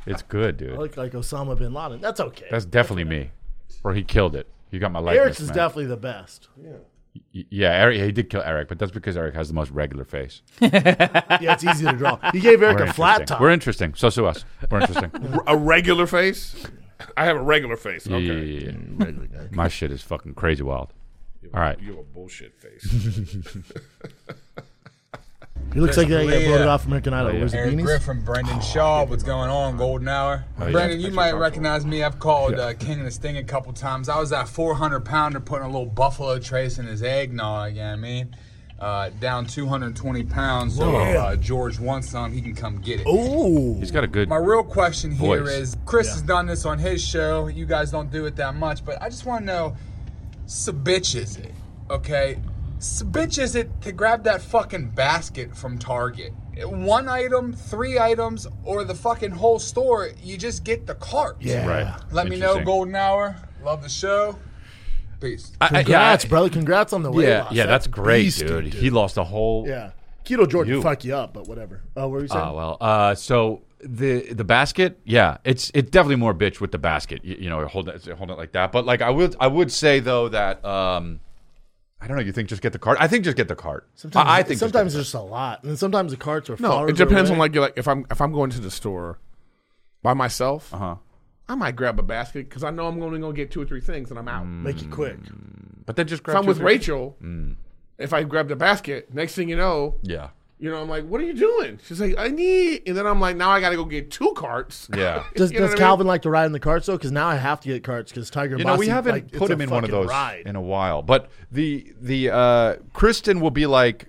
It's good,
I
dude.
look like Osama bin Laden. That's okay.
That's definitely me. Or he killed it. You got my likeness,
Eric's is
man.
definitely the best.
Y- Yeah, Eric. He did kill Eric, but that's because Eric has the most regular face.
Yeah, it's easy to draw. He gave Eric a flat
interesting.
top.
We're interesting. So so us. We're interesting.
a regular face. I have a regular face.
Yeah,
Okay.
yeah, yeah, yeah. My shit is fucking crazy wild. All right.
You have a bullshit face.
he looks like that guy
Yeah.
voted off American Idol.
Oh,
Where's the
Eric
beanies? Oh,
Griffin, Brendan Shaw. What's going on? Golden Hour. Brendan, you might recognize me. I've called uh, King of the Sting a couple times. I was that 400 pounder putting a little buffalo trace in his eggnog. You know what I mean? Uh, down 220 pounds. So if, uh, George wants some, he can come get it.
Ooh.
He's got a good.
My real question here
Voice.
is Chris has done this on his show. You guys don't do it that much, but I just want to know so bitch is it? Okay? So bitch is it to grab that fucking basket from Target? One item, three items, or the fucking whole store, you just get the cart.
Yeah.
Right.
Let me know,
Interesting.
Golden Hour. Love the show. Peace.
I- I- yeah,
Congrats,
I-
brother. Congrats on the weight
Yeah,
loss.
yeah, that's
That
great,
beastie,
dude. He lost a whole.
Yeah. Keto Jordan
You.
fuck you up, but whatever. Oh, what were you saying?
Ah, well. Uh, so the the basket, yeah, it's it's definitely more bitch with the basket. You, you know, hold it, hold it like that. But like, I would I would say though that um, I don't know. You think just get the cart? I think just get the cart.
sometimes
I, I think just get
sometimes
the
there's just a lot, and sometimes the carts are.
No,
far
it depends
away.
on like you're like if I'm if I'm going to the store by myself, uh-huh. I might grab a basket because I know I'm only gonna get two or three things and I'm
Mm.
out.
Make it quick.
cart. but then just
If
grab.
I'm
two
with
or three-
Rachel,
Mm.
if I grab the basket, next thing you know,
Yeah,
you know, I'm like, "What are you doing?" She's like, "I need," and then I'm like, "Now I gotta go get two carts."
yeah.
Does,
You know
does
what I mean?
Calvin like to ride in the carts though? Because now I have to get carts because Tiger.
You
and
know, we
Bossy,
haven't
like,
put
it's a
him in one of
fucking
those
Ride.
in a while. But the the uh, Kristen will be like,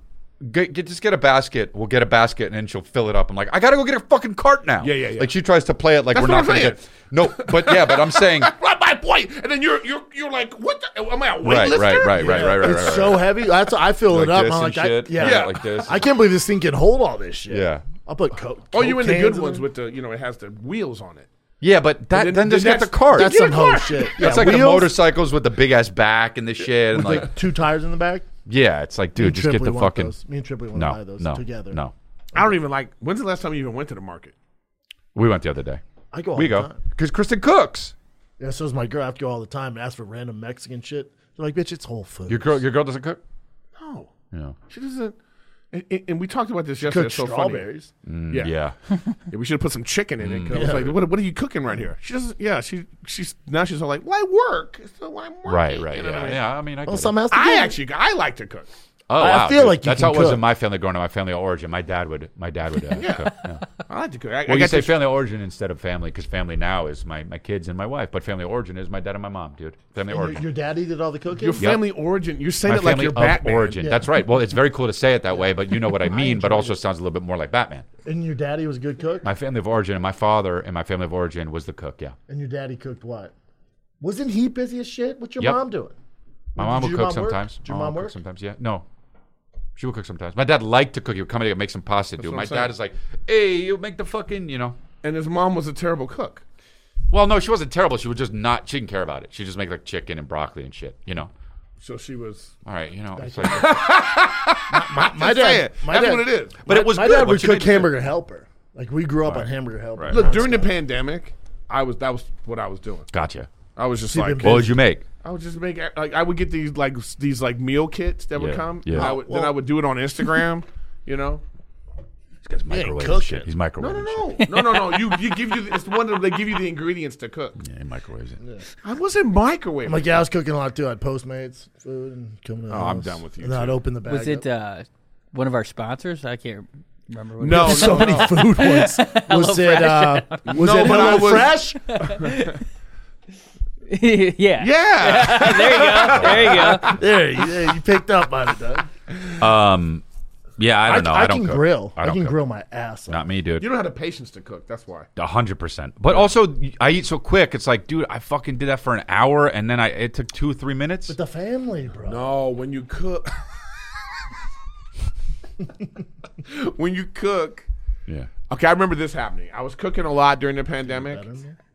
get, get just get a basket. We'll get a basket, and then she'll fill it up. I'm like, I gotta go get a fucking cart now.
Yeah, yeah, yeah.
Like she tries to play it like
That's
we're
what
not
I'm saying.
gonna get. No, but yeah, but I'm saying.
Right, my point, and then you're you're you're like, "What? The, am I a
Right,
weightlifter?"
right, right, right, right, right, right.
it's
right,
so
right.
heavy. That's I fill
Like
it up.
this
I'm
and
like,
shit?
I, yeah,
Yeah, like this.
I can't believe this thing can hold all this shit.
Yeah.
I'll put coke.
Or Oh, you in the good ones with the you know it has the wheels on it.
Yeah, but that
then-
then, just
then
get the
that's-
cart.
That's some
That's,
a
whole
car.
shit. Yeah,
like the
wheels
motorcycles with the big ass back and the shit, and
with,
like,
like two tires in the back.
yeah, it's like,
Me
dude,
and
just get
Tripley
the
want
fucking
Those. Me and Tripley want to buy
no,
those
no,
together.
no.
I don't even like. When's the last time you even went to the market?
We went the other day.
I go. All
we
the
go
time.
because Kristen cooks.
Yeah, so is my girl. I have to go all the time and ask for random Mexican shit. They're like, bitch, it's Whole Foods.
Your girl, your girl doesn't cook.
No,
No.
she doesn't. And, and- and we talked about this yesterday. It's so funny.
strawberries.
Yeah.
Mm, Yeah.
Yeah, we should have put some chicken in it. 'cause I
Mm.
was like, what, what are you cooking right here? She doesn't. Yeah, she she's now she's all like, well, I work. It's the way I'm working.
right. Right.
You know what I
Yeah.
mean?
Yeah. I mean, I.
Well,
get it.
some has to
I
go.
actually I like to cook.
Oh,
I
wow,
feel
dude.
like you
that's
can
how it was
cook.
in my family growing up. My family of origin. My dad would. My dad would. Uh, cook. Yeah.
I like to cook. I, I
Well, you
got
say
this-
family of origin instead of family because family now is my, my kids and my wife, but family of origin is my dad and my mom, dude. Family of
Your,
origin.
your daddy did all the cooking.
your family origin. You're saying
my
it like
family
you're
of
Batman.
origin. That's right. Well, it's very cool to say it that way, but you know what I mean. but also sounds a little bit more like Batman.
and your daddy was a good cook.
My family of origin and my father and my family of origin was the cook. Yeah,
and your daddy cooked what? Wasn't he busy as shit? What's your
Yep.
mom doing?
my
Did
mom
your
would cook
mom work?
sometimes.
Did your
My
mom
would cook
work?
sometimes? Yeah, no. She would cook sometimes. My dad liked to cook. He would come in and make some pasta, dude.
what
My
I'm saying.
dad is like, "Hey, you make the fucking," you know.
And his mom was a terrible cook.
Well, no, she wasn't terrible. She would just not. She didn't care about it. She just make like chicken and broccoli and shit. You know.
So she was.
All right, you know. It's like,
My
Say it.
my
That's
dad-
what it is.
but it was
My
good.
dad
What
would
she made
cook
was good.
hamburger helper. Like we grew up on hamburger helper.
Right.
Look, during the pandemic, I was that was what I was doing.
Gotcha.
I was just
Keeping
like,
busy.
What would you make?
I would just make like I would get these like s- these like meal kits that would
Yeah,
come.
yeah.
And I would, then
Well-
I would do it on Instagram. You know?
This guy's microwaving
cooking.
shit. He's microwaving
No, no,
shit.
no, no, no, no. You you give you it's the one that they give you the ingredients to cook.
Yeah, he microwaves it.
I wasn't microwaving.
I'm like, yeah, I was cooking a lot too. I had Postmates food and coming. To the
Oh, I'm
house.
done with you,
And then I'd
too.
open the bag.
Was it
up.
uh, one of our sponsors? I can't remember. What
no,
it was.
no,
so many
no.
food ones? Was it? Uh, was
No,
it
but I
Hello
was-
Fresh?
yeah.
Yeah.
There you go. There you go.
There, you, yeah, you picked up on it, Doug.
Um, yeah, I don't know. I, don't
can
cook.
grill.
I
I,
don't
can
cook.
grill my ass off.
Not me,
you
dude.
don't have the patience to cook. That's why.
A hundred percent. But also, I eat so quick. It's like, dude, I fucking did that for an hour, and then I it took two, three minutes.
The family, bro.
No, when you cook. when you cook.
yeah.
Okay, I remember this happening. I was cooking a lot during the pandemic,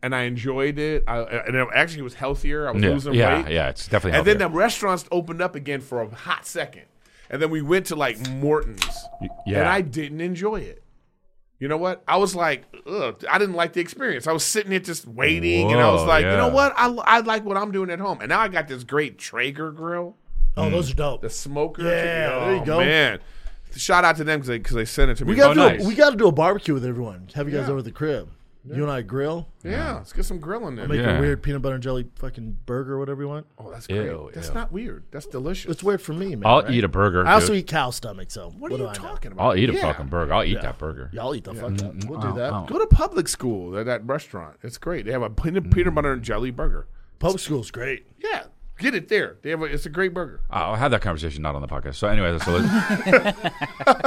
and I enjoyed it. I, and it actually was healthier. I was
Yeah,
losing
yeah,
weight.
yeah, it's definitely.
And then the
healthier.
restaurants opened up again for a hot second. And then we went to like Morton's.
yeah.
And I didn't enjoy it. You know what? I was like, Ugh, I didn't like the experience. I was sitting there just waiting, and I was
Whoa,
like, you know
yeah.
what? I, I like what I'm doing at home. And now I got this great Traeger grill,
Oh, those are dope.
the smoker.
Yeah, there you
Oh,
go.
Man, shout out to them because they, 'cause they sent it to me.
We got
Oh,
to do
nice.
a, we got to do a barbecue with everyone. Have you guys over at the crib? You and I grill.
yeah, let's get some grilling there.
Make
Yeah.
a weird peanut butter and jelly fucking burger, or whatever you want.
oh, that's great.
Ew,
that's
ew.
not weird. That's delicious.
It's weird for me, man.
I'll
right?
eat a burger.
I also
dude.
eat cow stomach, so what,
What, are
do
you
I know?
talking about?
I'll eat a
Yeah.
fucking burger. I'll eat that burger.
Y'all eat the fuck up. We'll do that.
oh.
Go to public school at that restaurant. It's great. They have a
Mm.
peanut, peanut butter and jelly burger.
Public school's great.
Yeah, get it there. They have a, it's a great burger.
I'll have that conversation not on the podcast. So anyway, so let's-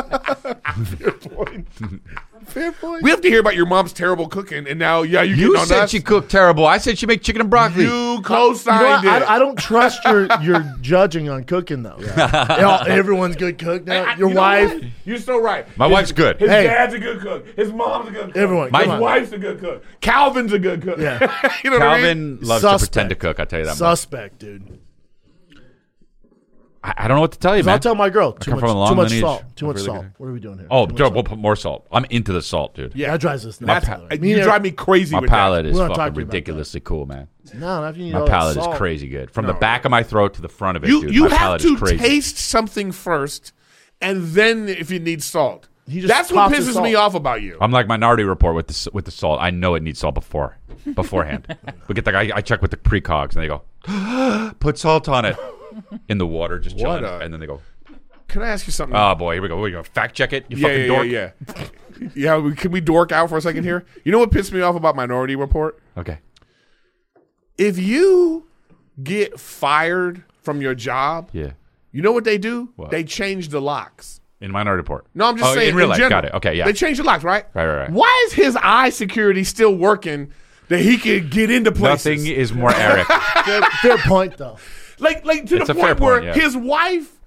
We have to hear about your mom's terrible cooking, and now yeah, you
you
getting on
said
us?
she cooked terrible. I said she make chicken and broccoli.
you
You know
co-signed
what?
it.
I, I don't uh, trust your your judging on cooking though. You know, everyone's good cook now.
I-
your
you know
wife,
what? You're so right.
My
His-
wife's good.
His
Hey.
dad's a good cook. His mom's a good cook.
Everyone,
My-
His
come on.
wife's a good cook. Calvin's a good cook.
Yeah.
you know what I mean?
Calvin loves to
Suspect.
pretend to cook. I tell you that. much.
suspect, dude.
I, I don't know what to tell you,
'Cause I'll
man.
tell my girl too
come
much,
from a long
too much
lineage
salt, too much
of really
salt.
good-
What are we doing here?
Oh,
Too much
dude,
salt.
we'll put more salt. I'm into the salt, dude.
yeah, that drives us nuts.
That's,
by the way.
you
and-
drive me crazy.
My
with that.
palate is
We're not
fucking
talking about that.
ridiculously cool, man.
No, not if you need
My
all that
palate is
salt.
crazy good. From the back of my throat to the front of it,
You
dude.
you
my
have
palate
to
is crazy.
taste something first, and then if you need salt,
He just
that's what
pops his
pisses me
salt.
off about you.
I'm like Minority Report with the s- with the salt. I know it needs salt before beforehand. we get the I, I check with the precogs, and they go, put salt on it in the water, just chilling,
a-
and then they go,
Can I ask you something?
oh boy, here we go. We're gonna fact check it. You
yeah,
fucking
yeah,
dork.
yeah, yeah. Yeah, we- Can we dork out for a second here? You know what pissed me off about Minority Report?
Okay.
If you get fired from your job,
Yeah.
you know what they do?
What?
They change the locks.
In Minority Report.
No, I'm just
Oh,
saying.
In real life,
general,
got it. Okay, yeah.
They change the locks, right?
Right, right, right.
Why is his eye security still working? That he could get into places.
Nothing is more Eric.
Fair, fair point though.
Like, like to
It's
the
a fair
point where
point, yeah.
his wife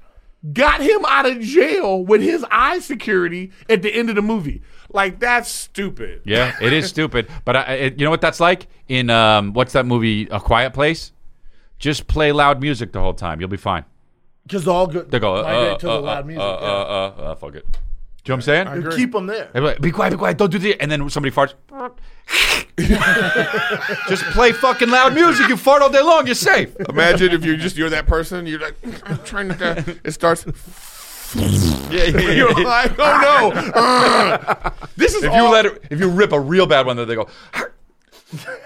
got him out of jail with his eye security at the end of the movie. Like, that's stupid.
Yeah, it is stupid. But I, it, you know what that's like in um, what's that movie? A Quiet Place. Just play loud music the whole time. You'll be fine.
Because all good.
They go. Uh,
migrate
uh,
to
uh,
the loud music.
Uh,
yeah.
uh, uh, uh, fuck it. Do you know what I'm saying?
And keep them there.
They'd be like, be quiet, be quiet, don't do the. And then somebody farts. just play fucking loud music. You fart all day long. You're safe.
Imagine if you're just you're that person. You're like, "Mm, I'm trying not to. It starts.
Yeah, yeah, yeah.
You're like, oh no! Ugh. this is
If
all-
you let it, if you rip a real bad one, then they go and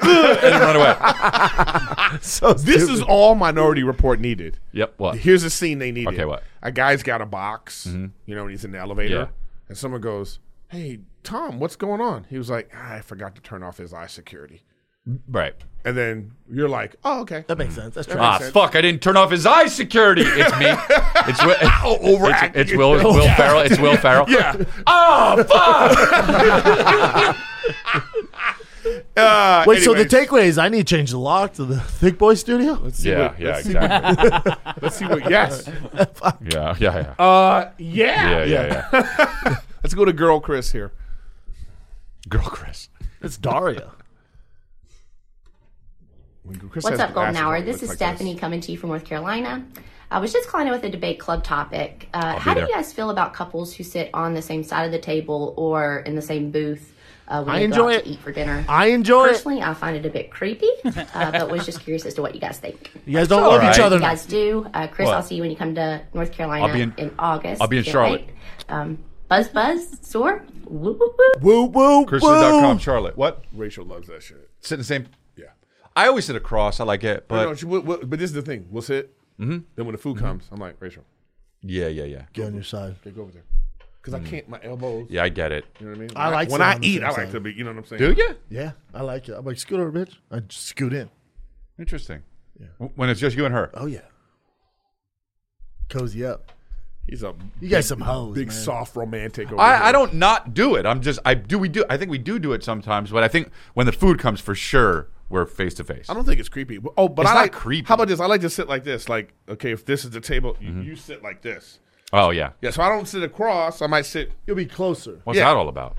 run away.
This is all Minority Report needed.
Yep. What?
Here's a scene they needed.
Okay, what?
A guy's got a box, you know, and he's in the elevator,
Yeah.
and someone goes, "Hey, Tom, what's going on?" He was like, ah, "I forgot to turn off his eye security,"
Right.
and then you're like, "Oh, okay."
That makes sense. That's true.
Ah, fuck! I didn't turn off his eye security. It's me. It's Will. It's,
overacting
it's Will. Will Farrell. It's Will Farrell.
Yeah.
Oh fuck!
Uh,
Wait, so the
anyways,
takeaway is I need to change the lock to the Thick Boy Studio?
Yeah. Yeah. Exactly.
let's see what. Yes.
Yeah. Yeah. Yeah.
Uh, yeah.
yeah. Oh, Yeah. Yeah.
Let's go to girl Chris here.
Girl, Chris.
It's Daria.
Chris
What's
has
up, Golden
glasses
Hour?
on,
This
looks
is
like
Stephanie coming to you from North Carolina. I was just calling in with a debate club topic. Uh, how do
there.
you guys feel about couples who sit on the same side of the table or in the same booth uh, when
I
they
enjoy
go out
it.
to eat for dinner?
I enjoy it.
Personally, I find it a bit creepy, uh, but was just curious as to what you guys think.
You guys don't love each
right.
other.
You guys do. Uh, Chris,
What?
I'll see you when you come to North Carolina
I'll be in-
August.
I'll be in
Can't
Charlotte.
wait. Um, buzz, buzz, soar. Woo, woo, woo.
Woo, woo,
Christian.com.
woo.
Charlotte. What?
Rachel loves that shit.
Sit in the same.
Yeah.
I always sit across. I like it,
But,
but
no, she, we'll, we'll- but this is the thing. We'll sit. Mm-hmm. Then when the food comes, I'm like, Rachel,
yeah, yeah, yeah.
Get on your side.
okay, go over there. Because I can't, my elbows.
Mm. Yeah, I get it.
You know what I mean?
I like
when
sitting
I
on the
eat,
same
I like
side.
to be, you know what I'm saying?
Do you?
Yeah, I like it. I'm like, scoot over, bitch. I just scoot in.
Interesting. W- When it's just you and her.
Oh, yeah. Cozy up.
He's a
You guys some hoes,
big,
man.
soft romantic. Over here.
I, I don't not do it. I'm just I do we do I think we do do it sometimes, but I think when the food comes for sure we're face to face.
I don't think it's creepy. But- Oh, but
It's
I
not
like
creepy.
How about this? I like to sit like this. Like, okay, if this is the table, you, you sit like this.
Oh yeah.
Yeah, so I don't sit across. I might sit.
You'll be closer.
What's
Yeah.
that all about?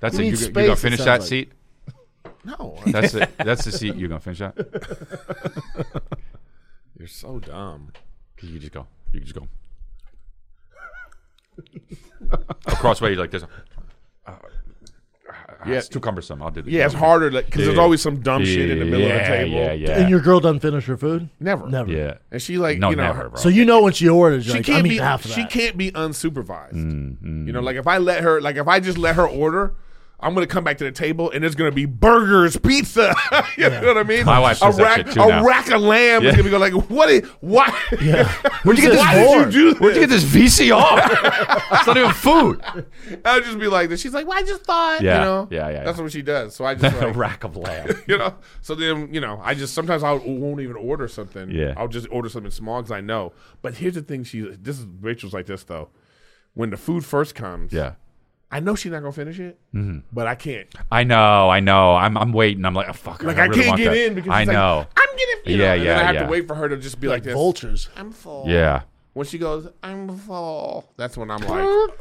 That's
We need
it. You, g- you
space,
gonna
it
finish
sounds
that
like.
seat?
No,
That's the that's the seat you gonna finish that?
you're so dumb.
You can just go. You can just go. Across way you like this. yeah, it's too cumbersome. I'll do the
Yeah, it's harder because there's
Yeah.
always some dumb shit in the middle of
yeah,
the table.
Yeah, yeah,
And your girl doesn't finish her food?
Never.
Never.
yeah.
And she like,
No,
you know,
never, bro.
So you know when she orders,
she
you're like,
can't
I'm
be
eating half of
she
that. Mm-hmm.
can't be unsupervised. You know, like if I let her, like if I just let her order, I'm gonna come back to the table and there's gonna be burgers, pizza. you know what I mean?
My wife
a
does that
rack,
shit too
a
now.
rack of lamb is
Yeah.
gonna be going like, what? Is, why?
Where'd you get
why did you do
Where'd you
this?
get this VCR? it's not even food.
I'll just be like this. She's like, well, I just thought,
Yeah,
you know,
yeah, yeah,
That's
yeah.
what she does. So I just
a
like,
rack of lamb.
you know. So then, you know, I just sometimes I won't even order something.
Yeah.
I'll just order something small because I know. But here's the thing: she this is Rachel's like this though. When the food first comes,
Yeah.
I know she's not gonna finish it, but I can't.
Mm-hmm. I know, I know. I'm I'm waiting. I'm like, oh, fuck.
Like
I,
I,
really
can't
want
get
that.
in because
I
it's
know.
Like, I'm getting. You know,
Yeah,
and then
yeah,
I have
yeah.
to wait for her to just be like,
Like
this.
vultures.
I'm full.
yeah.
When she goes, I'm full. That's when I'm like,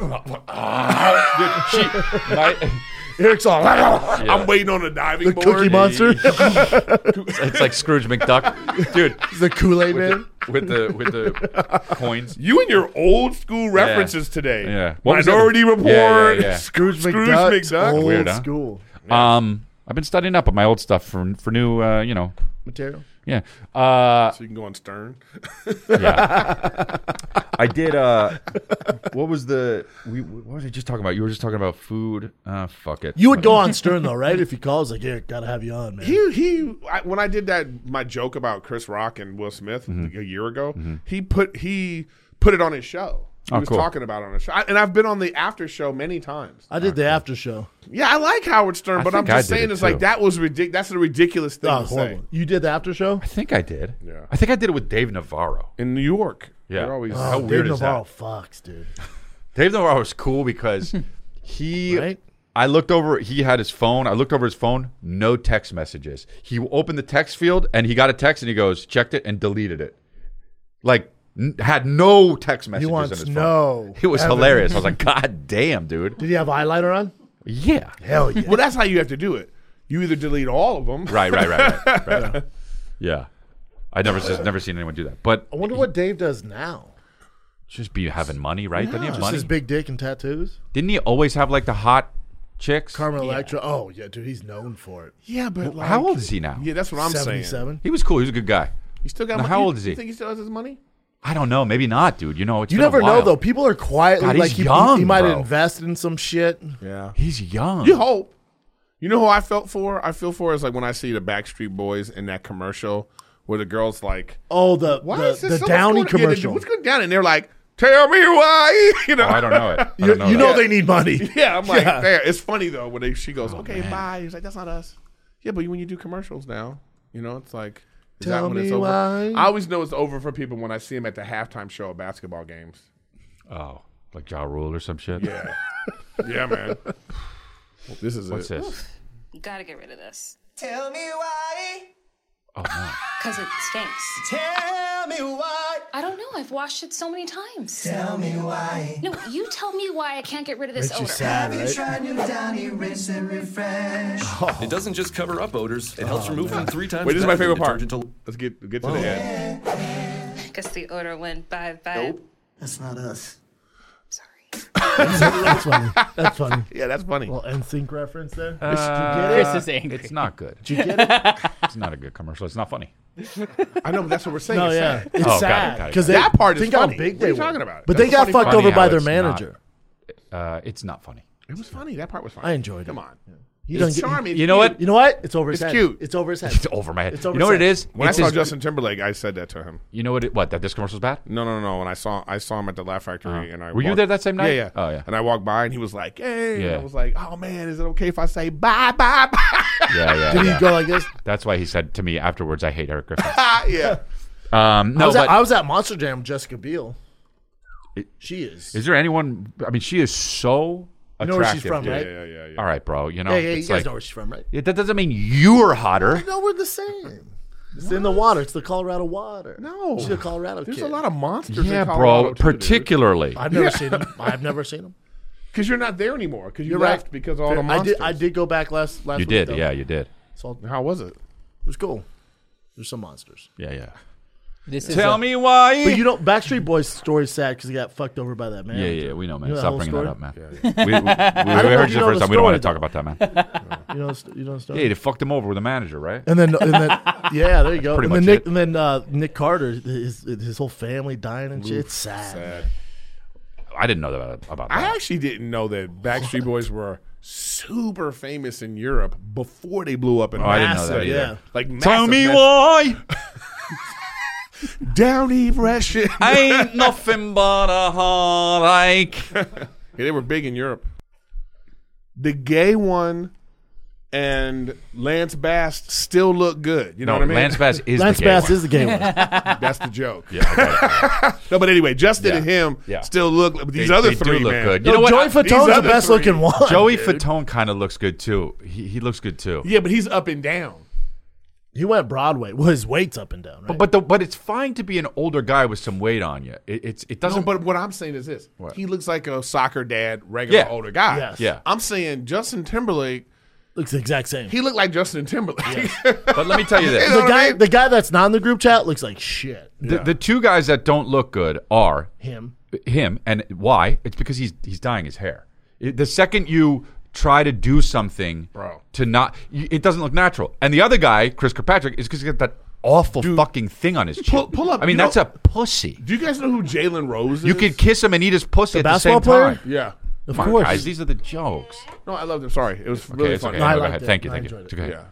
Eric's all,
"Ah, I'm waiting on a diving
the
board.
Cookie Monster,
it's like Scrooge McDuck, dude,
the Kool Aid Man.
with the with the coins.
You and your old school references today.
Yeah. What was
Minority
it? Yeah,
Report.
yeah, yeah.
Scrooge,
McDuck, Oh.
McDuck.
Old
Weird, huh?
school
Um, I've been studying up on my old stuff for for new, uh, you know,
material.
yeah. Uh,
So you can go on Stern.
yeah. I did. Uh, what was the? We, what was I just talking about? You were just talking about food. Uh, fuck it.
You would go on Stern though, right? If he calls, like, Eric, gotta have you on, man.
He he. I, when I did that, my joke about Chris Rock and Will Smith
Mm-hmm.
a year ago, he put he put it on his show. He
Oh,
was
cool.
talking about it on a show, I, and I've been on the after show many times.
I did the after show.
Yeah, I like Howard Stern,
I
but I'm
think I
just
did
saying
it
it's like
too.
that was ridiculous. That's a ridiculous thing
Oh,
to say
horrible. You did the after show?
I think I did.
Yeah.
I think I did it with Dave Navarro.
in New York.
Yeah.
They're always
How
Oh,
weird
Dave
is
Navarro
that?
Fox, dude.
Dave Navarro was cool because he.
Right?
I looked over. He had his phone. I looked over his phone. No text messages. He opened the text field and he got a text and he goes checked it and deleted it. Like n- had no text messages
wants
in his
no
phone. It was
evidence.
hilarious. I was like, God damn, dude.
Did he have eyeliner on?
Yeah.
Hell yeah.
well. That's how you have to do it. You either delete all of them,
Right. Right. Right. Right. right. Yeah. I never just never seen anyone do that. But
I wonder what Dave does now.
Just be having money, right? Didn't he have
Just
money?
his big dick and tattoos.
Didn't he always have like the hot chicks?
Carmen Electra. Oh yeah, dude, he's known for it.
Yeah, but like,
How old is he now?
Yeah, that's what I'm saying.
Seventy-seven.
He was cool. He was a good guy.
He still got.
Now,
money?
how
You-
old is he?
You think he still has his money?
I don't know. Maybe not, dude. You know, it's
You
been a
never know
while.
though. People are quietly
God, he's
like he- he,
young,
he might
bro.
invest in some shit.
Yeah.
He's young.
You hope. You know who I felt for? I feel for is like when I see the Backstreet Boys in that commercial where the girls like,
Oh, the
why
the,
is this
the
so much
Downey
going- yeah, the-
commercial.
what's going down? And they're like, tell me why. You know.
Oh, I don't know it. I
You you
don't
know,
that.
they need money.
Yeah, I'm like,
Yeah. Oh,
there. It's funny though when they, she goes, okay, bye. He's like, that's not us. Yeah, but when you do commercials now, you know, it's like, is that
Tell
when it's
me
over?
why.
I always know it's over for people when I see them at the halftime show of basketball games.
Oh, like Ja Rule or some shit. Yeah.
Yeah, man. this is
What's
it.
this?
Gotta get rid of this.
Tell me why.
Oh no.
Because it stinks.
Tell me why.
I don't know. I've washed it so many times.
Tell me why.
No, you tell me why I can't get rid of this
Makes you
odor.
sad, right?
Try new Downy rinse and refresh.
It doesn't just cover up odors; it helps remove them three times.
Wait, this is my
better than
favorite part.
detergent to-
Let's get get
Oh.
to the end.
Because the odor went bye bye.
That's not us.
Sorry.
That's funny. That's funny.
Yeah, that's funny.
Little NSYNC reference there.
Chris is angry.
Uh, It's not good.
Did you get it?
It's not a good commercial. It's not funny.
I know, but that's what we're saying.
No,
It's
yeah,
sad.
it's
got it,
sad
got it,
because
got it.
That part is
think
funny.
How big
What
they
are you
were.
talking about?
But
That's
they got
funny
fucked
part.
over
Funny
by
how
their
it's not-
manager.
Uh, it's not funny.
It was funny. That part was funny.
I enjoyed it.
Come on.
You don't
It's
get-
charming.
You know what?
You know what? It's over his
It's
head.
cute.
It's over his head.
It's over my head.
It's over
you know what it
said.
is?
When I
It's
saw
his-
Justin Timberlake, I said that to him.
You know what? It, what that this commercial's bad.
No, no, no. When I saw, I saw him at the Laugh Factory, and I
Uh-huh. Were you
walked-
there that same night?
Yeah, yeah.
Oh, yeah.
And I walked by, and he was like, "Hey," and
Yeah.
I was like, "Oh man, is it okay if I say bye, bye, bye?"
Yeah, yeah.
Did
yeah.
he go like this?
That's why he said to me afterwards, "I hate Eric Griffin."
yeah.
Um,
I
no,
was,
but
at, I was at Monster Jam with Jessica Biel. she is.
is there anyone? I mean, she is so
know where she's
attractive.
from,
dude.
right?
Yeah, yeah, yeah.
All right, bro. You know,
yeah, yeah, you
it's
guys
like
know where she's from, right?
Yeah, that doesn't mean you're hotter.
No, we're the same. It's in the water. It's the Colorado water.
No.
she's a Colorado
There's
kid.
a lot of monsters.
Yeah,
in Colorado
bro. Particularly,
I've never seen him. I've never seen him.
because you're not there anymore. Because you
You're
left
right.
because of all the
I
monsters.
did. I did go back last last.
you
week,
did.
though.
Yeah, you did.
So it
How was it?
was cool. There's some monsters,
Yeah, yeah.
This is
Tell
a-
me why.
but you don't. Backstreet Boys' story's sad because he got fucked over by that man.
yeah, yeah, we know, man.
You know that
Stop
whole
bringing
story?
that up, man. We, we, we,
know if you
heard you the
know
first
the
time. We don't want
story,
to talk about that, man.
You know. the st- You know. the Story?
yeah, they fucked him over with a manager, right?
And then, and then, yeah, there you go.
pretty
And then
much
Nick,
it.
and then uh, Nick Carter, his his whole family dying and shit. It's sad.
I didn't know that about
I
that.
actually didn't know that Backstreet Boys were super famous in Europe before they blew up in
Oh, I didn't know that
massive-
either.
Like massive,
Tell me
massive-
why
Down depression. yeah,
I ain't nothing but a heartache.
they were big in Europe. The gay one and Lance Bass still look good. You know
No,
what I mean?
Lance Bass is
Lance
the gay
Bass
one.
is the gay one.
That's the joke.
Yeah, I got it.
No, but anyway, Justin and him
Yeah.
still look. But these
They-
other
they do
three
look
man.
good. You
No,
know what?
Oh, Joey
I-
Fatone's the
other
best
three-
looking one.
Joey Fatone kind of looks good too. He, he looks good too.
Yeah, but he's up and down.
He went Broadway. Well, his weight's up and down. Right?
But but, the, but it's fine to be an older guy with some weight on you. It, it's it
No,
doesn't.
but what I'm saying is this:
What?
he looks like a soccer dad, regular
Yeah.
older guy.
Yes.
Yeah.
I'm saying Justin Timberlake.
looks the exact same.
He looked like Justin Timberlake.
but let me tell you this:
the
what I
guy,
mean?
the guy that's not in the group chat looks like shit.
the, the two guys that don't look good are
Him.
him and why it's because he's he's dyeing his hair It- the second you try to do something
Bro.
to not y- it doesn't look natural and the other guy chris kirkpatrick is because he got that awful fucking thing on his chin
Pull- pull up,
i
you
mean that's
know-
a pussy
Do you guys know who Jalen Rose is?
you could kiss him and eat his pussy at the
basketball
same
player?
time
Yeah.
Of
Come on,
course.
guys these are the jokes
No, I loved him. Sorry, it was
okay,
really
it's
funny.
No,
okay.
I
No, go
liked
ahead
it.
thank you
I
thank you
enjoyed it.
so go ahead
Yeah.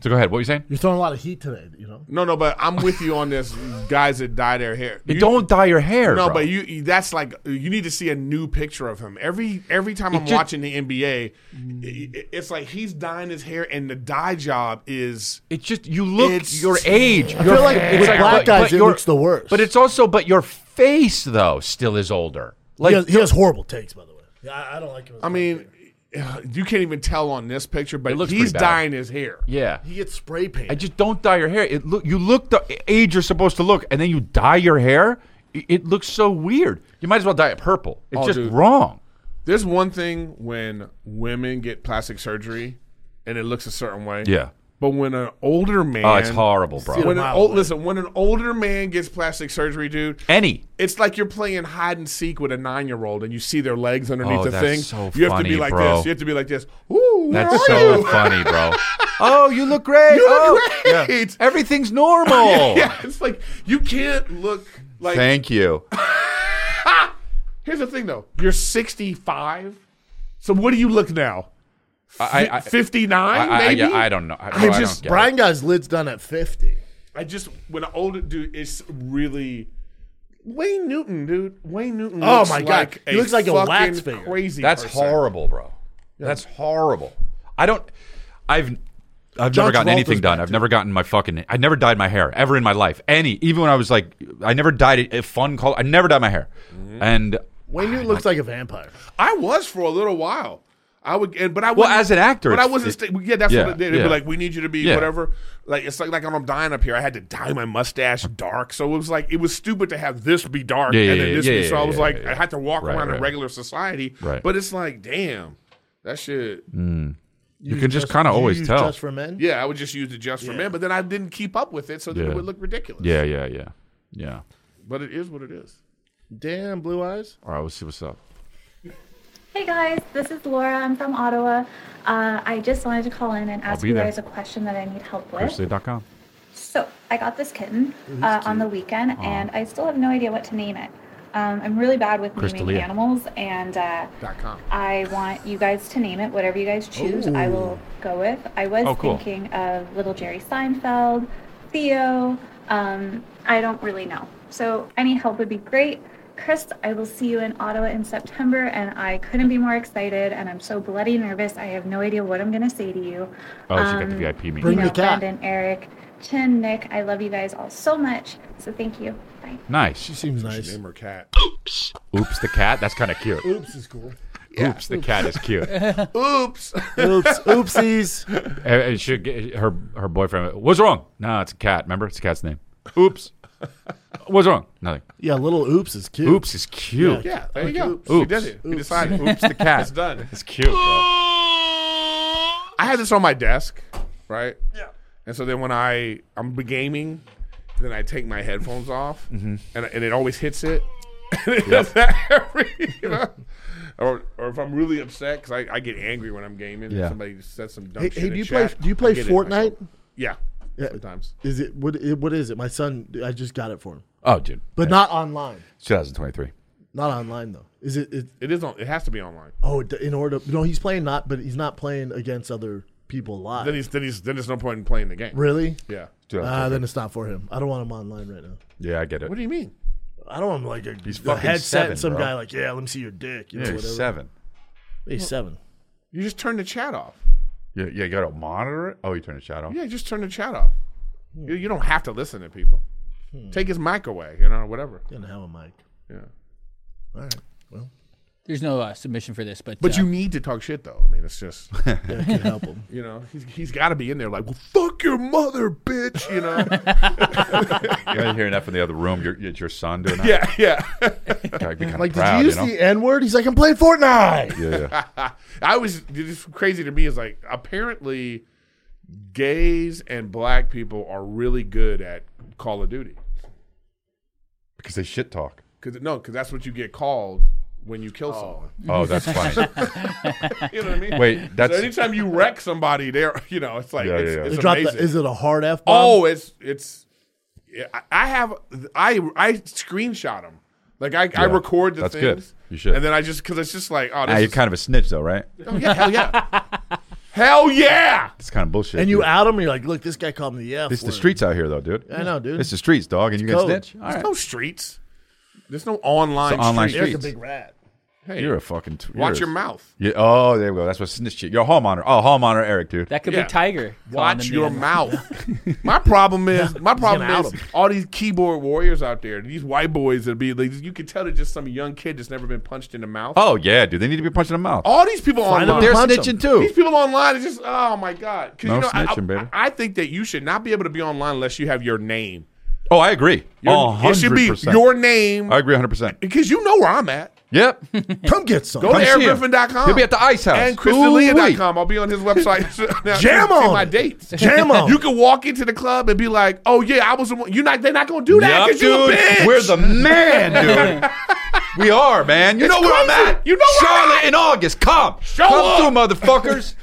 so go ahead what were you saying
You're throwing a lot of heat today. You know.
No, no, but I'm with you on this. Guys that dye their hair.
You
You-
don't dye your hair
No,
bro.
but you- you. That's like you need to see a new picture of him every every time I'm
just-
watching the NBA. i- i- It's like he's dyeing his hair, and the dye job is
It's just you look
It's-
your age. I
feel like with black guys, it looks the worst.
But it's also but your face though still is older. Like
he, has, he has horrible takes, by the way. Yeah, I, I don't like him. as
I
much.
mean, you can't even tell on this picture, but
It looks
he's
pretty bad.
dyeing his hair.
yeah.
he gets spray paint.
I just don't dye your hair. It look you look the age you're supposed to look, and then you dye your hair. It, it looks so weird. You might as well dye it purple. It's
Oh,
just
dude.
wrong.
There's one thing when women get plastic surgery, and it looks a certain way.
Yeah.
But when an older man,
Oh, it's horrible, bro.
When an
Wow.
old, listen, when an older man gets plastic surgery, dude,
Any.
it's like you're playing hide and seek with a nine year old, and you see their legs underneath
Oh,
the
that's
thing.
so
you have to
funny,
be like
bro.
this. You have to be like this. Ooh, where
That's
are
so
you?
funny, bro. Oh, you look great.
You look
oh,
great.
yeah. Everything's normal.
Yeah, yeah, it's like you can't look like.
Thank you.
Here's the thing, though. You're 65. So what do you look now?
I- I- I-
59,
I- I-
maybe?
yeah, I don't know. I-
I
bro, I don't
just-
get it.
Brian got his lids done at fifty.
I just when an older dude is really Wayne Newton, dude. Wayne Newton.
Oh
looks
my God. He looks like a wax
fucking
figure.
Crazy.
That's
person.
horrible, bro. That's horrible. I don't. I've. I've
John
never gotten
Travolta's
anything done.
back,
I've
too.
never gotten my fucking. I never dyed my hair ever in my life. Any, even when I was like, I never dyed it a fun color. I never dyed my hair,
Mm-hmm.
and
Wayne Newton looks like a vampire.
I was for a little while. I would, and, but I
Well,
wouldn't-
as an actor,
But I
it's-
wasn't.
it-
sta- yeah, that's
yeah,
what they, they'd
yeah.
be like. We need you to be
Yeah.
whatever. Like it's like like when I'm dying up here, I had to dye my mustache dark, so it was like it was stupid to have this be dark
Yeah,
and
yeah,
then
yeah,
this
yeah,
be.
yeah,
so I
yeah,
was
yeah,
like,
yeah.
I had to walk
Right,
around in
right.
regular society.
Right. Mm.
But it's like, damn, that shit.
you can just kind of
You
always
use
tell.
Just for men.
Yeah, I would just use the just for men, but then I didn't keep up with it, so then
Yeah.
it would look ridiculous.
Yeah, yeah, yeah, yeah.
But it is what it is.
Damn, blue eyes.
All right, we'll see what's up.
Hey guys, this is Laura. I'm from Ottawa. Uh, I just wanted to call in and ask
be
you
there.
guys a question that I need help with.
Chrisley.com.
So I got this kitten
Ooh, he's
uh, on the weekend, and I still have no idea what to name it. Um, I'm really bad with naming
Crystalia.
animals, and uh, I want you guys to name it whatever you guys choose. I will go with. I was
Oh, cool.
thinking of little Jerry Seinfeld, Theo. Um, I don't really know, so any help would be great. Chris, I will see you in Ottawa in September, and I couldn't be more excited. And I'm so bloody nervous. I have no idea what I'm gonna say to you.
Oh, she's got
Um,
the VIP meeting.
You
Bring
know,
the cat.
Brandon, Eric, Chin, Nick, I love you guys all so much. So thank you. Bye.
Nice.
She seems nice.
Name her cat.
Oops, the cat. That's kind of cute.
Oops is cool.
Oops, the cat is cute.
Oops.
Oops. Oopsies.
And- and she- her her boyfriend. What's wrong? No, it's a cat. Remember, it's a cat's name. Oops. What's wrong? Nothing.
Yeah, little oops is cute.
Oops is cute.
Yeah, there you go.
Oops.
He
Oops.
did it. He
Oops.
decided.
Oops, the cat.
It's done.
It's cute, bro.
I had this on my desk, right? Yeah. And so then when I I'm gaming, then I take my headphones off, and and it always hits it. And it does that every, you know? Or, or if I'm really upset because I, I get angry when I'm gaming
Yeah.
and somebody says some dumb
Hey,
shit.
hey, do
in
you play?
chat,
Do you
I
play
get it.
Fortnite?
Yeah,
Yeah.
sometimes.
Is it what? It, what is it? My son, I just got it for him,
Oh, dude.
but not online.
2023.
Not online though. Is it? it
It is on. It has to be online.
oh, d- in order to no, he's playing not, but he's not playing against other people live.
Then he's then he's then there's no point in playing the game.
really?
Yeah.
Ah, then it's not for him. I don't want him online right now.
Yeah, I get it.
What do you mean?
I don't want him like a,
He's
a
fucking
headset.
seven,
and some
bro.
guy like, yeah, let me see your dick. You know,
Yeah, he's
whatever.
seven.
He's seven.
You just turn the chat off.
Yeah, yeah, you gotta monitor it. Oh, you turn the chat off.
Yeah, just turn the chat off. You, you don't have to listen to people. Take his mic away, you know, whatever.
Didn't have a mic.
Yeah.
All right. Well,
There's no uh, submission for this, but
But
uh,
you need to talk shit though. I mean, it's just
yeah, I can help him.
you know he's he's got to be in there like, well, fuck your mother, bitch. You know.
You're not hearing that from the other room. Your it's your son doing that.
yeah, yeah.
Gotta be kinda
Like,
proud,
did you use
know?
the N word? He's like, I'm playing Fortnite.
Yeah, yeah.
I was it's crazy to me is like apparently, gays and black people are really good at Call of Duty
Because they shit talk.
because no, because that's what you get called when you kill someone.
Oh, that's funny.
You know what I mean?
Wait,
so
that's
anytime you wreck somebody, there, you know, it's like
Yeah,
it's,
yeah, yeah.
it's
They dropped
amazing.
the, is it a hard F bomb?
Oh, it's it's. yeah, I- I have I I screenshot them. Like I, I
Yeah,
record the
that's good.
things.
You should.
And then I just because it's just like oh,
now
this
you're
is,
kind of a snitch though, right?
oh yeah, hell yeah, hell yeah.
It's kind of bullshit.
And you
dude.
out him, and you're like, look, this guy called me the F.
It's the
word.
streets out here though, dude.
I know, dude.
It's the streets, dog, and you can
cold.
snitch. All
There's
right.
no streets. There's no online
It's an online
streets.
There's a
streets.
big rat.
Hey,
You're a fucking. T-
watch
you're
your
a-
mouth.
Yeah. Oh, there we go. That's what snitch shit. You're a hall monitor. Oh, hall monitor, Eric, dude.
that could
Yeah.
be Tiger. calling
Watch
them
your
the-
mouth. my problem is, my problem
gonna out
is
'em.
all these keyboard warriors out there, these white boys that be like, you can tell they're just some young kid that's never been punched in the mouth.
oh yeah, dude. They need to be punched in the mouth.
All these people
Find 'em
online,
and
They're
punch 'em.
snitching too.
These people online is just oh my god. 'Cause,
No
you know, I-
snitching,
I,
baby.
I think that you should not be able to be online unless you have your name.
Oh, I agree.
Your-
oh, 100%.
It should be your name
I agree 100%.
because you know where I'm at.
Yep.
Come get some.
Go to
see him.
airgriffin.com.
He'll be at the Ice House.
And
Ooh-wee.
ChristenLeah.com. I'll be on his website. Now,
Jam
see
on
my
it.
dates.
Jam on
You
it.
can walk into the club and be like, "Oh yeah, I was the one." You not? They're not gonna do that
Yup,
because you a
dude.
bitch.
We're the man, dude. We are, man. You
It's
know where
crazy.
I'm at.
You know where I'm
Charlotte in August. Come.
Show
Come
up.
through, motherfuckers.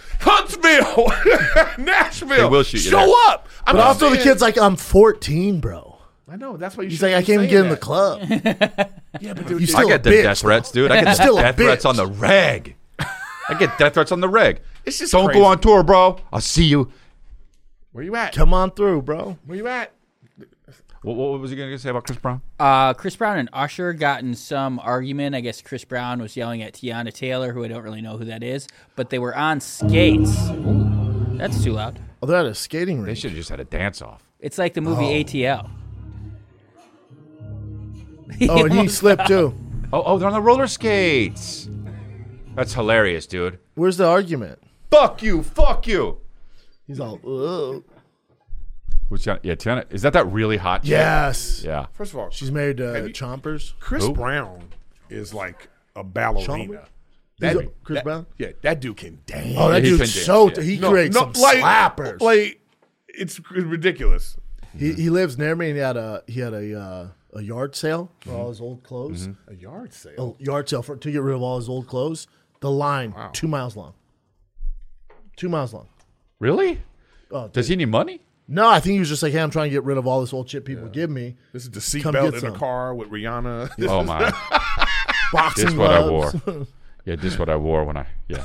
Huntsville, Nashville.
They will shoot you
Show
there.
up.
but
not
also, the
saying-
kid's like, I'm 14, bro.
I know. That's why you.
He's like,
shouldn't
I
be
can't even
saying
get in the
that.
club.
Yeah, but
You
dude,
I
still
get
a
the
bitch,
death
though.
threats, dude. I get
Still a
death threats
bitch.
on the reg. I get death threats on the reg.
It's just
don't
crazy.
go on tour, bro. I'll see you.
where you at?
Come on through, bro.
Where you at?
What, what was he going to say about Chris Brown?
Uh, Chris Brown and Usher got in some argument. I guess Chris Brown was yelling at Tiana Taylor, who I don't really know who that is, but they were on skates. Ooh, that's too loud.
Oh, they're at a skating
They
rink.
should have just had a dance off.
It's like the movie ATL.
Oh, and he slipped too.
Oh, oh, they're on the roller skates. That's hilarious, dude.
Where's the argument?
Fuck you. Fuck you.
He's all, Ugh.
Who's Tiana? Yeah, Tiana. Is that that really hot? chick?
yes.
Yeah.
First of all,
She's married to uh,
Have you-
Chompers.
Chris
Who?
Brown is like a ballerina.
Charlamagne? He's a- Chris
that-
Brown?
Yeah, that dude can dance.
Oh, that
he
dude's
can dance,
so
yeah.
he creates some slappers.
Like it's ridiculous.
he, he lives near me, and he had a he had a uh, a yard sale for all his old clothes.
A yard sale.
A yard sale for to get rid of all his old clothes. The line two miles long. Two miles long.
Really?
Oh,
Does he need money?
No, I think he was just like, hey, I'm trying to get rid of all this old shit people give me.
This is the
Come
seatbelt
get
in
some.
the car with Rihanna. This
Oh
is-
my.
Boxing
This is what I wore.
gloves.
Yeah, this is what I wore when I. Yeah.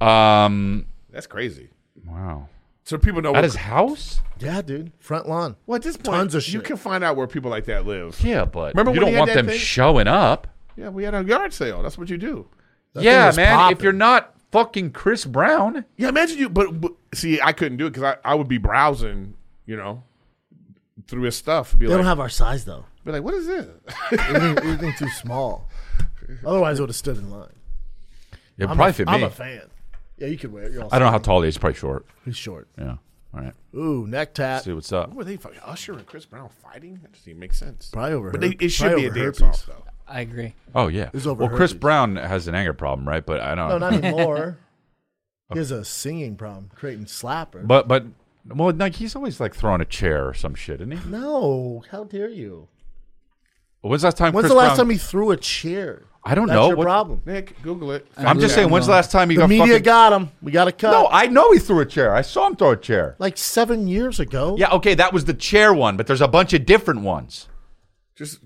um.
That's crazy.
Wow.
So people know
At
what,
his house?
Yeah, dude. Front lawn.
well, at this point,
Tons of
you
shit.
can find out where people like that live.
Yeah, but
Remember
you
when he
don't
had
want
that
them
thing?
showing up.
Yeah, we had a yard sale. That's what you do.
yeah,
was
man.
popping.
If you're not fucking Chris Brown,
Yeah, imagine you. But, but see, I couldn't do it because I, I would be browsing, you know, through his stuff. Be
They
like,
don't have our size though.
be like, what is this?
Everything, everything too small. Otherwise, it would have stood in line.
it
I'm
probably
a,
fit
I'm
me.
a fan. Yeah, you could wear it. You're all
I don't know how tall he is. Probably short.
He's short.
Yeah. All right.
Ooh, neck tat.
See what's up.
Were they fucking Usher and Chris Brown fighting? That doesn't even make sense.
Probably over.
But
her-
they, it should
probably
be a
over
dance
herpes.
off though.
I agree.
Oh yeah.
was over
Well, Chris
herpes.
Brown has an anger problem, right? But I don't.
No, not anymore. he has a singing problem, creating slapper.
But but well, like he's always like throwing a chair or some shit, isn't he?
no, how dare you?
When's the last time?
When's
Chris
the last
Brown-
time he threw a chair?
I don't
That's
know.
your
What-
problem.
Nick, Google it.
I'm just saying. When's the last time he
The
got
media
fucking?
got him. We got a cut.
no, I know he threw a chair. I saw him throw a chair.
like seven years ago.
Yeah, okay, that was the chair one, but there's a bunch of different ones,
Just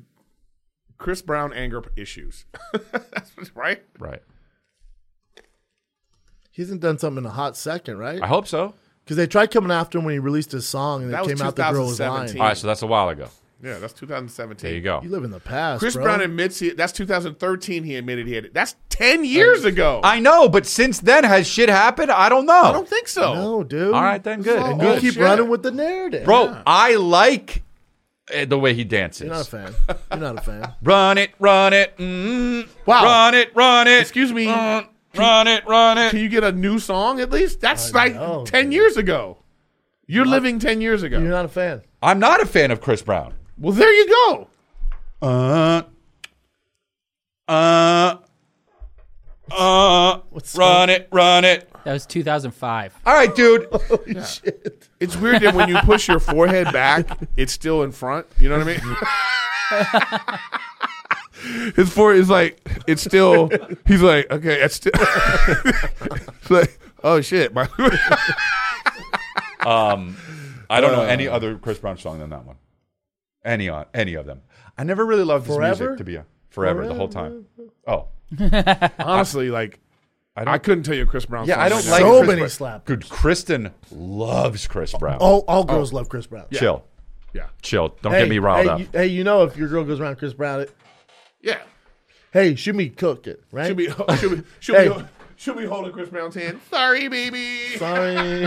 Chris Brown anger issues. That's what- right.
right?
he hasn't done something in a hot second, right?
I hope so.
Because they tried coming after him when he released his song, and
That
it
was
came out the girl was
2017.
lying.
All right, so that's a while ago.
Yeah, that's 2017.
There you go.
You live in the past,
Chris
bro.
Brown admits he. That's 2013. He admitted he had it. That's 10 years ago.
I know, but since then, has shit happened? I don't know.
I don't think so.
no, dude.
All right, then good.
So-
Then
You
good.
keep
shit.
running with the narrative,
Bro, I like eh, the way he dances.
You're not a fan. You're not a fan.
Run it, run it. Mm,
Wow.
Run it, run it.
Excuse me.
Mm, run it, run it.
Can you get a new song at least? That's like
know,
10
dude.
years ago. You're living 10 years ago.
You're not a fan.
I'm not a fan of Chris Brown.
well, there you go.
Uh. Uh. Uh.
What's
Run it, run it.
That was 2005.
All right, dude.
Shit.
It's weird that when you push your forehead back, it's still in front. You know what I mean? His forehead is like it's still. He's like, okay, it's still. it's like, oh shit! My
Um, I don't know any other Chris Brown song than that one. Any on any of them. I never really loved his
Forever?
music to be a, forever, the whole time. Oh,
honestly, like,
I
I
don't.
couldn't tell you a Chris Brown.
yeah,
song
I don't
right
like
So
Chris
many Oh,
Brown.
slappers.
Dude, Kristen loves Chris Brown.
All all girls love Chris Brown.
Oh. chill,
now.
chill. Don't
Hey,
get me riled
hey,
up.
You, hey, you know if your girl goes around Chris Brown, it,
Yeah, yeah.
hey, she be cooking, right?
Should be, oh, should be, should be,
Hey.
should be holding Chris Brown's hand. Sorry, baby.
Sorry,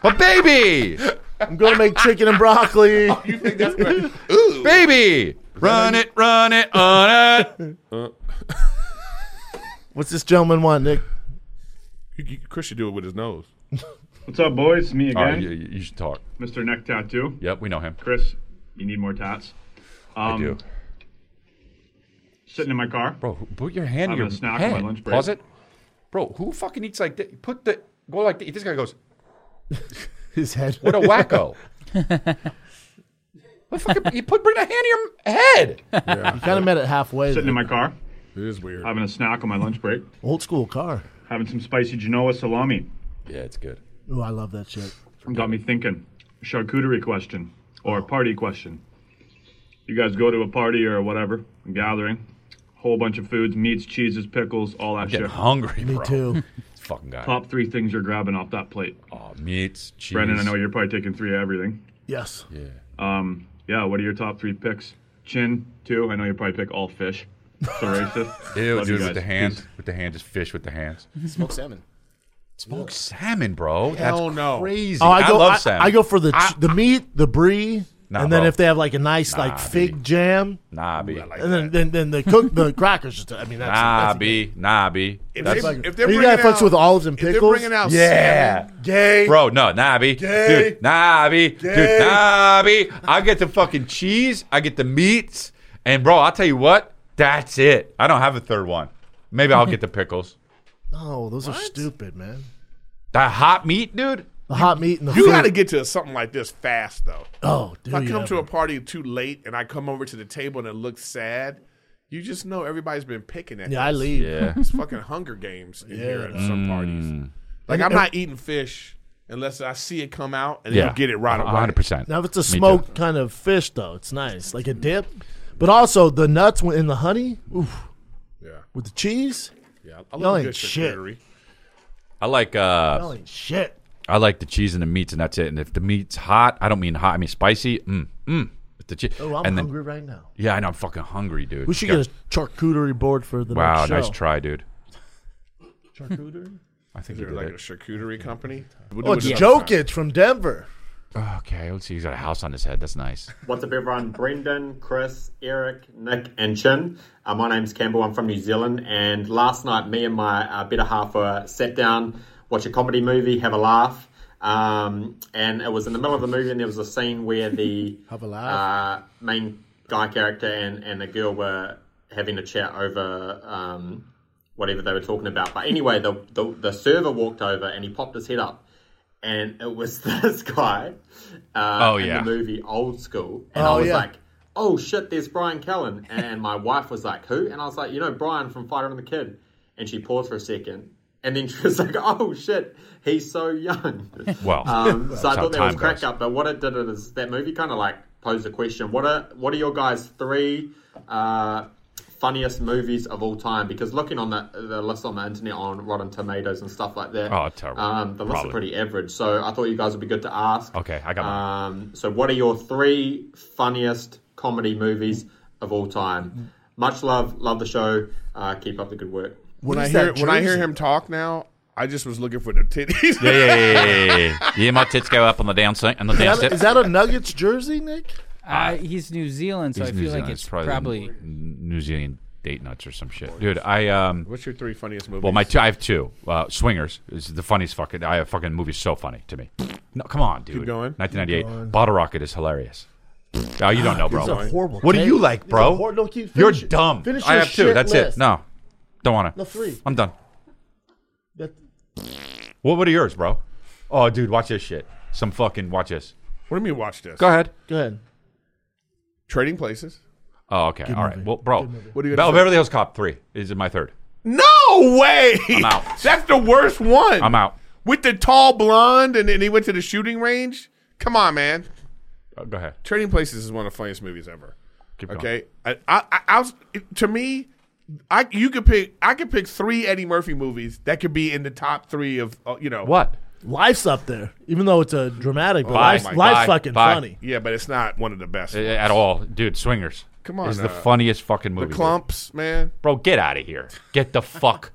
But baby,
I'm gonna make chicken and broccoli.
Oh,
You think that's right? Ooh,
baby, run it, run it, on it.
What's this gentleman want, Nick?
You- you- Chris should do it with his nose.
What's up, boys? Me
All
again,
right, you, you should talk.
Mr. Neck Tattoo.
Yep, we know him.
Chris, you need more tats. Um,
I do.
sitting in my car.
Bro, put your hand in your
snack on
hand.
my lunch break.
Pause it. Bro, who fucking eats like that? Put the go like th- this guy goes.
His head.
What a wacko. What fucking, you put bring the hand to your m- head.
You kind of met it halfway.
Sitting in
though.
my car.
It is weird.
Having a snack on my lunch break.
Old school car.
Having some spicy Genoa salami.
Yeah, it's good.
Oh, I love that shit.
Got me thinking. Charcuterie question or party question. You guys go to a party or whatever, a gathering, whole bunch of foods, meats, cheeses, pickles, all that
Getting
shit.
hungry, bro.
too.
This fucking guy.
Top three things you're grabbing off that plate.
Oh, meats, cheese.
Brendan, I know you're probably taking three of everything.
Yes.
Yeah.
Um, yeah, what are your top three picks? Chin, two. I know you probably pick all fish. So racist.
Ew,
Love
dude,
you
with
guys.
the hand, with the hand, just fish with the hands.
Smoked salmon.
Smoked salmon, bro.
Hell
That's
no.
crazy.
Oh, I go. I,
love salmon.
I go for the the meat, the brie,
Nah,
and then
bro.
if they have like a nice
Nah,
like fig jam,
Nah, B.
and then, then then the cook the crackers. Just, I mean, that's,
Nah,
that's
Ah, B. Nah, B.
If
That's-
they- if they're You bringing gotta fucks out- with olives and if they're pickles? bringing out
yeah,
salmon, gay.
bro. No, nah, B.
Gay.
dude, nah, B.
Gay.
dude, nah, B. I get the fucking cheese. I get the meats, and bro, I'll tell you what. That's it. I don't have a third one. Maybe I'll get the pickles.
no, those are stupid, man.
That hot meat, dude.
The hot meat and the
You
fruit.
got to get to something like this fast, though.
Oh, do
If I
you
come to
ever.
a party too late and I come over to the table and it looks sad, you just know everybody's been picking at
Yeah, I
this.
leave. Yeah.
It's fucking Hunger Games in here at some parties. Like,
And-
I'm not eating fish unless I see it come out and
Yeah,
you get it right away.
100%.
Now if it's a
Me too.
smoked kind of fish, though, it's nice, like a dip. But also the nuts w- in the honey, oof.
Yeah.
With the cheese, I
Yeah, I
y'all
love
ain't
good
shit.
charcuterie.
I like uh,
Y'all ain't shit.
I like the cheese and the meats, and that's it. And if the meat's hot, I don't mean hot. I mean spicy. Mm, mm. But the che-
Oh, I'm
and then-
hungry right now.
Yeah, I know. I'm fucking hungry, dude.
We should
Yeah.
get a charcuterie board for the
Wow,
next show.
nice try, dude.
Charcuterie.
I think
Is
you
there
did
like
it.
a charcuterie company? We'll do
Oh,
it
it's
another time.
Jokic from Denver.
Okay, let's see. He's got a house on his head. That's nice.
What's up, everyone? Brendan, Chris, Eric, Nick, and Chin. Uh, my name's Campbell. I'm from New Zealand. And last night, me and my uh, better half uh, sat down, watch a comedy movie, have a laugh. Um, and it was in the middle of the movie, and there was a scene where the
Have a
uh, main guy character and, and the girl were having a chat over um, whatever they were talking about. But anyway, the, the, the server walked over and he popped his head up. And it was this guy uh,
Oh,
in
yeah.
the movie Old School. And
Oh,
I was
yeah.
like, oh shit, there's Brian Callen. And my wife was like, who? And I was like, you know, Brian from Fighter and the Kid. And she paused for a second. And then she was like, oh shit, he's so young.
Well,
um,
that's
so I
how
thought that was
time
crack
goes.
up. But what it did is that movie kind of like posed a question. What are, what are your guys' three uh, funniest movies of all time? Because looking on the, the list on the internet on Rotten Tomatoes and stuff like that,
Oh, terrible.
Um, the lists are
Probably.
pretty average. So I thought you guys would be good to ask.
Okay, I got
mine. Um, so what are your three funniest comedy movies of all time? Much love, love the show. Uh, keep up the good work.
When I hear when I hear him talk now, I just was looking for the titties.
Yeah, yeah, yeah, yeah, yeah, yeah. yeah. My tits go up on the down side, on the
Is
down
that,
step.
is that a Nuggets jersey, Nick?
Uh, he's New Zealand, so
He's
I
New
feel
Zealand.
like it's
probably,
probably,
the N- New Zealand date nuts or some shit, dude. I um.
What's your three funniest movies?
Well, my two, I have two. Uh, Swingers is the funniest fucking. I have fucking movie so funny to me. No, come on, dude.
Keep going.
1998.
Keep going.
Bottle Rocket is hilarious. Oh, you don't know, bro.
It's a horrible
What do
take.
you like,
It's
bro?
a hor- no, keep-
You're
finish it.
dumb.
Finish
I
your
have two.
shit
That's
list.
it. No, don't want to.
No, three.
I'm done.
That-
What What are yours, bro? Oh, dude, watch this shit. Some fucking watch this.
What do you mean watch this?
Go ahead.
Go ahead.
Trading Places.
Oh, okay.
Good
All right.
movie.
Well, bro.
Good movie.
What
What
do
do
you
you
Be-
got to say?
Beverly Hills Cop three is in my third.
No way.
I'm out.
That's the worst one.
I'm out.
With the tall blonde and, and he went to the shooting range. Come on, man.
Oh, go ahead.
Trading Places is one of the funniest movies ever.
Keep going.
okay, I, I, I, I was it- to me, I you could pick I could pick three Eddie Murphy movies that could be in the top three of uh, you know
What?
Life's up there, even though it's a dramatic. But
Oh
life's,
my
life's
God.
fucking
Bye.
funny.
Yeah, but it's not one of the best
Uh, at all, dude. Swingers.
Come on,
is the
uh,
funniest fucking movie.
The
dude.
clumps, man.
Bro, get out of here. Get the fuck.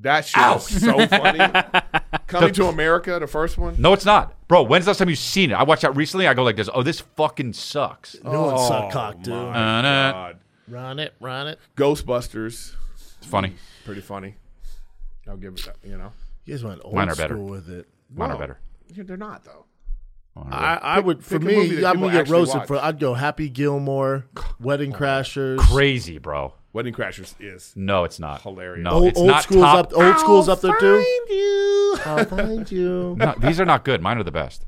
That shit
Ow.
was so funny. Coming
The-
to America, the first one.
no, it's not, bro. When's the last time you've seen it? I watched that recently. I go like this. Oh, this fucking sucks.
No one
Oh,
suck cock, dude.
my
Uh-nah.
God.
Run it, run it.
Ghostbusters.
It's funny.
Pretty funny. I'll give it that, you know.
You guys went old
Mine are
school
better.
with it.
Mine are
No.
better.
Yeah, They're not though.
I, I would for
pick a movie
me.
that
I'm
people
gonna get
actually
roasted
watch.
for. I'd go Happy Gilmore, Wedding Crashers,
Crazy, bro.
Wedding Crashers is
No, it's not.
hilarious.
No, it's not
school's
top.
up. Old school's up there too.
I'll
find you.
No, these are not good. Mine are the best,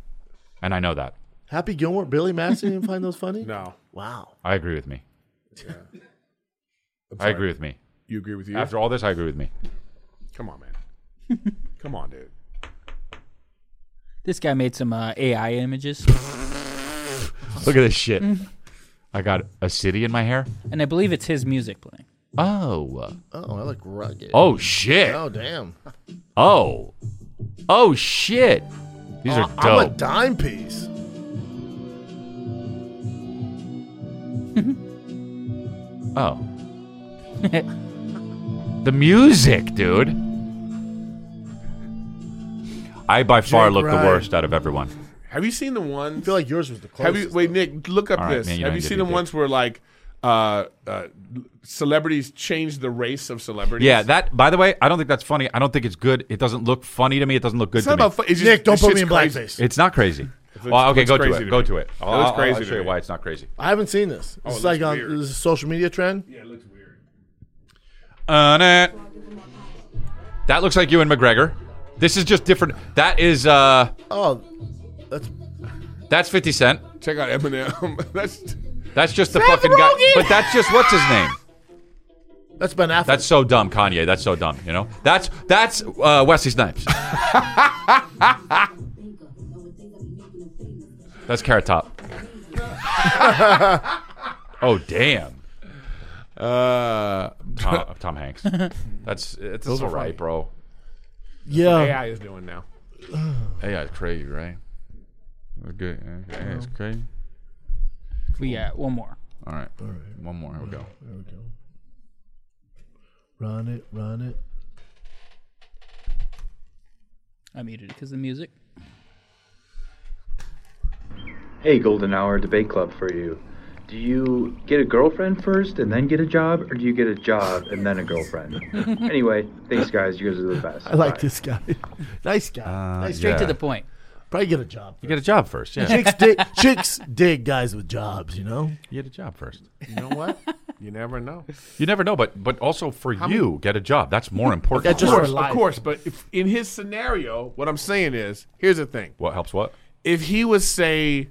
and I know that.
Happy Gilmore, Billy Madison. You didn't find those funny?
No.
Wow.
I agree with me. I
sorry.
agree with me.
You agree with you?
After all this, I agree with me.
Come on, man. Come on, dude.
This guy made some uh, AI images,
Look at this shit.
Mhm.
I got a city in my hair.
and I believe it's his music playing.
Oh.
Oh, I look rugged.
Oh shit.
Oh damn.
Oh. Oh shit. These are
Oh, I'm a
dope.
dime piece.
oh. The music, dude. I by far
Jake
look the
Ryan.
worst out of everyone.
Have you seen the one? I
feel like yours was the
Have you? Wait, Nick, look up
All right,
this.
man, you
have
don't
you
get
seen
me,
the
Dick.
ones where like uh, uh, celebrities change the race of celebrities?
Yeah, that. By the way, I don't think that's funny. I don't think it's good. It doesn't look funny to me. It doesn't look good
It's
to
not about
me.
fu- it's just- Nick, don't this put me shit's in crazy. blackface.
It's not crazy.
looks-
Well,
it
okay,
looks
go to
crazy
it.
to
Go
me.
to it.
It
I'll,
looks
I'll- I'll
crazy to
show you
me.
why it's not crazy.
I haven't seen this.
Oh,
This
it
is like
looks
on
weird.
this is a social media trend.
Yeah, it looks weird.
Uh, nah. That looks like you and McGregor. This is just different. That is uh,
Oh, that's
that's Fifty Cent.
Check out Eminem. That's
That's just the
Seth
fucking guy.
Rogen!
But that's just what's his name.
that's Ben Affleck.
That's so dumb, Kanye. That's so dumb. You know. That's that's uh, Wesley Snipes. that's Carrot Top. oh damn.
uh,
Tom, Tom Hanks. That's it's
Those
all
are
right,
funny.
bro.
yeah.
AI is doing now.
AI is crazy, right? Good. AI is crazy.
We got one more.
All right. One more. Here we go.
There we go. Run it, run it.
I muted it because the music.
Hey, Golden Hour Debate Club for you. Do you get a girlfriend first and then get a job, or do you get a job and then a girlfriend? anyway, thanks, guys. You guys are the best.
I like
Bye.
this guy. nice guy. nice
Straight to Uh, yeah. the
point.
Probably get a job.
You get a job first. Yeah.
Chicks dig, chicks dig guys with jobs, you know?
You get a job first.
You know what? you never know.
You never know, but but also for
How
you, get a job. That's more important.
That just
Of course,
for
of
life.
course. But if, in his scenario, what I'm saying is, here's the thing.
what helps what?
If he was say,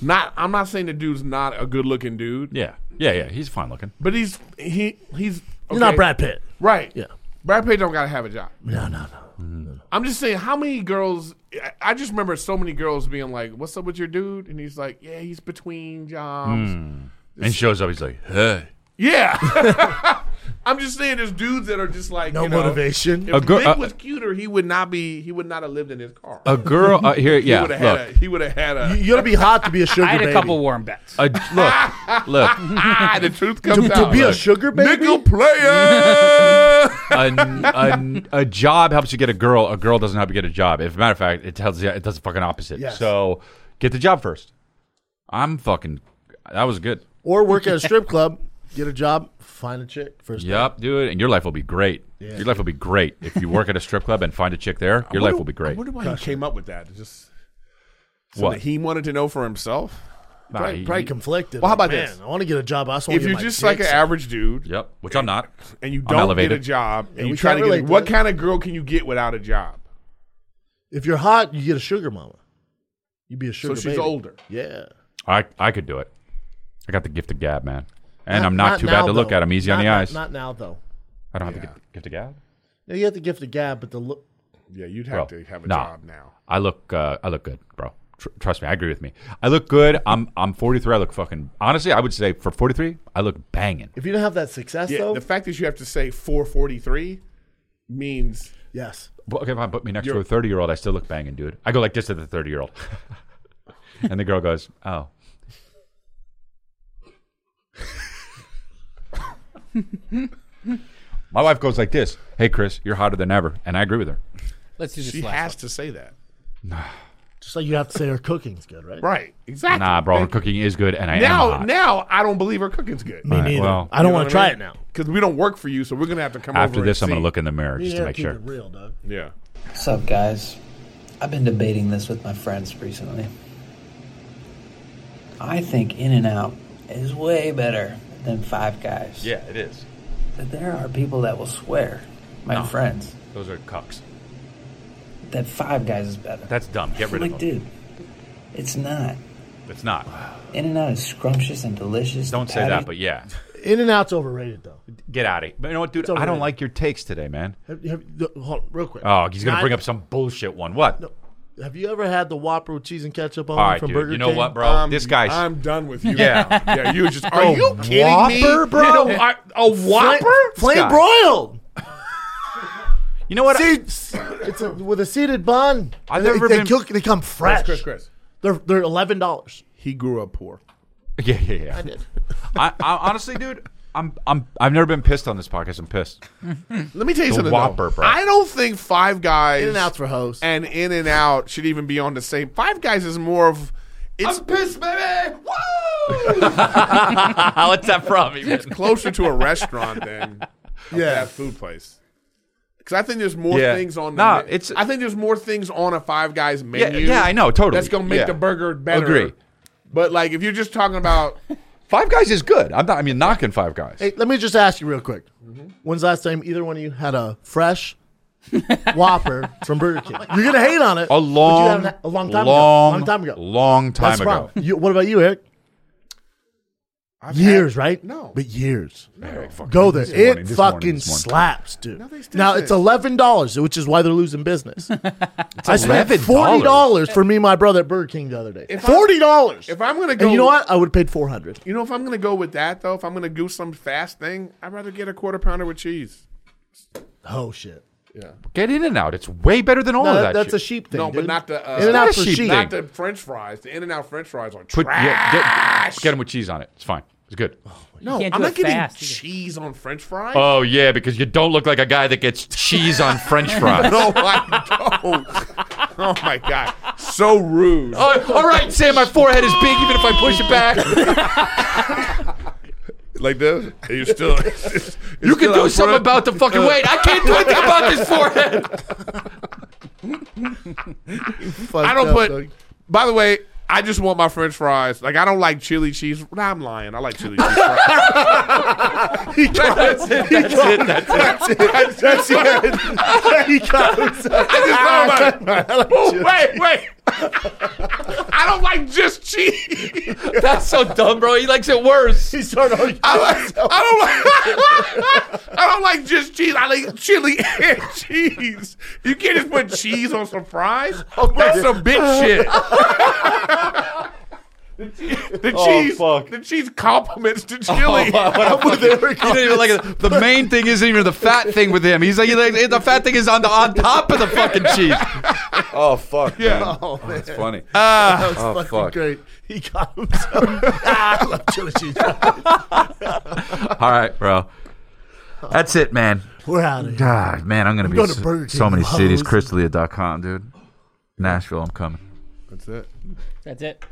not, I'm not saying the dude's not a good looking dude.
Yeah. Yeah, yeah. He's fine looking.
But he's he he's
He's not
okay.
Brad Pitt.
Right.
Yeah.
Brad Pitt don't gotta have a job.
No, no, no.
I'm just saying how many girls I- I just remember so many girls being like, What's up with your dude? And he's like, Yeah, he's between jobs.
Mm. And he shows up. He's like, hey.
Yeah. I'm just saying there's dudes that are just like
No
you know,
motivation.
If
A gir-
Nick
uh,
was cuter, he would not be he would not have lived in his car.
A girl uh, here.
he
Yeah.
would have had
Look.
a he would have had a
You, you gotta be hot to be a sugar
I had
baby.
a couple warm bets.
A, look. Look.
Ah, the truth comes
to, to
out.
be a
Look.
sugar baby?
Nickel player.
A, a, a job helps you get a girl. A girl doesn't help you get a job. If, matter of fact, it tells you it does the fucking opposite.
Yes.
So get the job first. I'm fucking. That was good.
Or work at a strip club, get a job, find a chick first.
Yep, dude. And your life will be great.
Yeah.
Your life will be great if you work at a strip club and find a chick there. Your life will be great.
I wonder why he came up with that. It's Just something
What?
he wanted to know for himself.
Nah,
Probably,
he-
probably conflicted.
Well, how
Like,
about
man,
this?
I want to get a job. I just want
If
to
you're just like an average dude
Yep, which I'm not.
and you
I'm
don't get a
elevated.
job
Yeah,
and
we
you try
can't
to get
relate
a,
to
what
that.
kind of girl can you get without a job?
If you're hot, you get a sugar mama. You be a sugar.
she's
baby.
older.
Yeah.
I I could do it. I got the gift of gab, man. And
Not-
I'm not, too bad
now,
to look
though.
at. I'm easy
Not-
on the
not-
eyes.
Not now though.
I don't have
Yeah.
the gift, gift of gab.
Yeah, you have the gift of gab, but the look.
Yeah, you'd
Bro,
have to have a
nah.
job now.
I look uh, I look good, bro. Tr- trust me, I agree with me. I look good. I'm I'm 43. I look fucking honestly. I would say for 43, I look banging.
If you don't have that success
Yeah,
though,
the fact that you have to say 443 means
yes.
But, okay, fine. Put me next to
You're-
a 30 year old. I still look banging, dude. I go like this to the 30 year old, and the girl goes, "Oh." My wife goes like this. Hey, Chris, you're hotter than ever, and I agree with her.
Let's do this
she
last
has to say that.
Just like you have to say her cooking's good, right?
Right. Exactly.
Nah, bro, her
Thank-
cooking is good, and I am
now,
hot.
now I don't believe her cooking's good.
Me
All right,
neither.
well,
I don't want to try it now.
Because we don't work for you, so we're going to have to come
After
over
this, I'm
and
gonna
see.
look in the mirror
Me and
just to
Eric
make
keep
sure.
it real, dog.
Yeah.
What's up, guys? I've been debating this with my friends recently. I think In N Out is way better than Five Guys.
it is.
there are people that will swear, my
No.
friends,
Those are cucks.
that Five Guys is better.
That's dumb. Get rid
like,
of them.
dude, it's not.
It's not.
In and Out is scrumptious and delicious.
Don't say that, but yeah.
In and Out's overrated though.
Get out of here. But you know what, dude?
It's
I don't
overrated.
like your takes today, man.
Have, have, look, hold on, real quick.
Oh, he's going to
Not-
bring up some bullshit one. What?
Have you ever had the Whopper with cheese and ketchup on
All
it
right,
from
dude.
Burger
You know
King?
what, bro? Um, This guy's-
I'm done with you.
Yeah.
yeah. You were just. Are
Oh,
you kidding
Whopper,
me,
bro?
You know, I- a Whopper?
Flame
Scott.
broiled.
You know what?
Seeds. it's a, with a seeded bun.
I've
They-
never
they
been-
cook- they come fresh.
Chris, Chris, Chris.
They're they're eleven dollars.
He grew up poor.
Yeah, yeah, yeah.
I did.
I, I honestly, dude, I'm, I'm, I've never been pissed on this podcast. I'm pissed.
Let me tell you
The
something.
Whopper,
though.
bro.
I don't think Five Guys
In-N-Out's for hoes.
and In and Out should even be on the same. Five Guys is more of it's
I'm pissed, baby.
What's that from?
it's closer to a restaurant than a
Yeah.
fast food place. Because I think there's more
Yeah.
things on.
Nah,
the, it's. I think there's more things on a Five Guys
Yeah,
menu.
yeah, I know, totally.
That's gonna make
Yeah.
the burger better.
Agree.
But like, if you're just talking about
Five Guys is good. I'm not. I mean, knocking Five Guys.
Hey, let me just ask you real quick.
Mm-hmm.
When's the last time either one of you had a fresh Whopper from Burger King? You're gonna hate on it.
A
but you
long,
haven't- a long time
long,
ago. Long time ago.
long time
That's
ago.
fine. You, what about you, Eric? years, right?
No,
but years.
Eric fucking-
Go there.
this morning,
it
this morning,
fucking
this morning.
slaps, dude.
still
now
shit.
it's eleven dollars, which is why they're losing business. I spent
$11.
forty dollars for me and my brother at Burger King the other day.
If I'm-
forty dollars.
if I'm gonna
And
go,
you know what? I would have paid four hundred.
You know, if I'm gonna go with that though, if I'm gonna do some fast thing, I'd rather get a quarter pounder with cheese.
Oh shit.
Yeah.
Get in and out. It's way better than all
No,
of
Oh, that-
that.
that's
shit.
a sheep thing.
no,
dude.
but not the uh,
In and
Not
out
a
for
sheep
sheep.
thing.
not the French fries. The In and Out French fries are
Put yeah,
trash.
get, get them with cheese on it. It's fine. It's good.
no,
can't
I'm
do
not
it
getting
fast, either.
cheese on French fries.
Oh yeah, because you don't look like a guy that gets cheese on French fries.
no, I don't. Oh my god, so rude.
Oh, all right, Sam, my forehead is big even if I push it back.
Like this? Are you still?
You can do something about the fucking weight. I can't do anything about this forehead.
I don't put. By the way, I just want my French fries. Like I don't like chili cheese. Nah, I'm lying. I like chili cheese fries.
He got
That's it. That's it. That's it.
That's- that's it.
he got himself.
I just don't like. Oh, wait, wait. I don't like just cheese.
That's so dumb, bro. He likes it worse.
He started arguing.
I, like, I don't like. I don't like just cheese. I like chili and cheese. You can't just put cheese on some fries. That's some bitch shit. The cheese,
fuck.
the cheese complements the chili.
He
Oh,
doesn't even like it. The main thing isn't even the fat thing with him. He's like, he like- the fat thing is on the on top of the fucking cheese. Oh fuck. Yeah.
Oh, man.
That's funny.
That was
Oh,
fucking
fuck.
great. He got himself. ah, I love chili cheese.
All right, bro. That's it, man.
We're out of here.
God, man, I'm gonna be
going to
so,
Burger
so
King,
many
you
cities.
hoes.
Crystalia.com, dude. Nashville, I'm coming.
That's it.
That's it.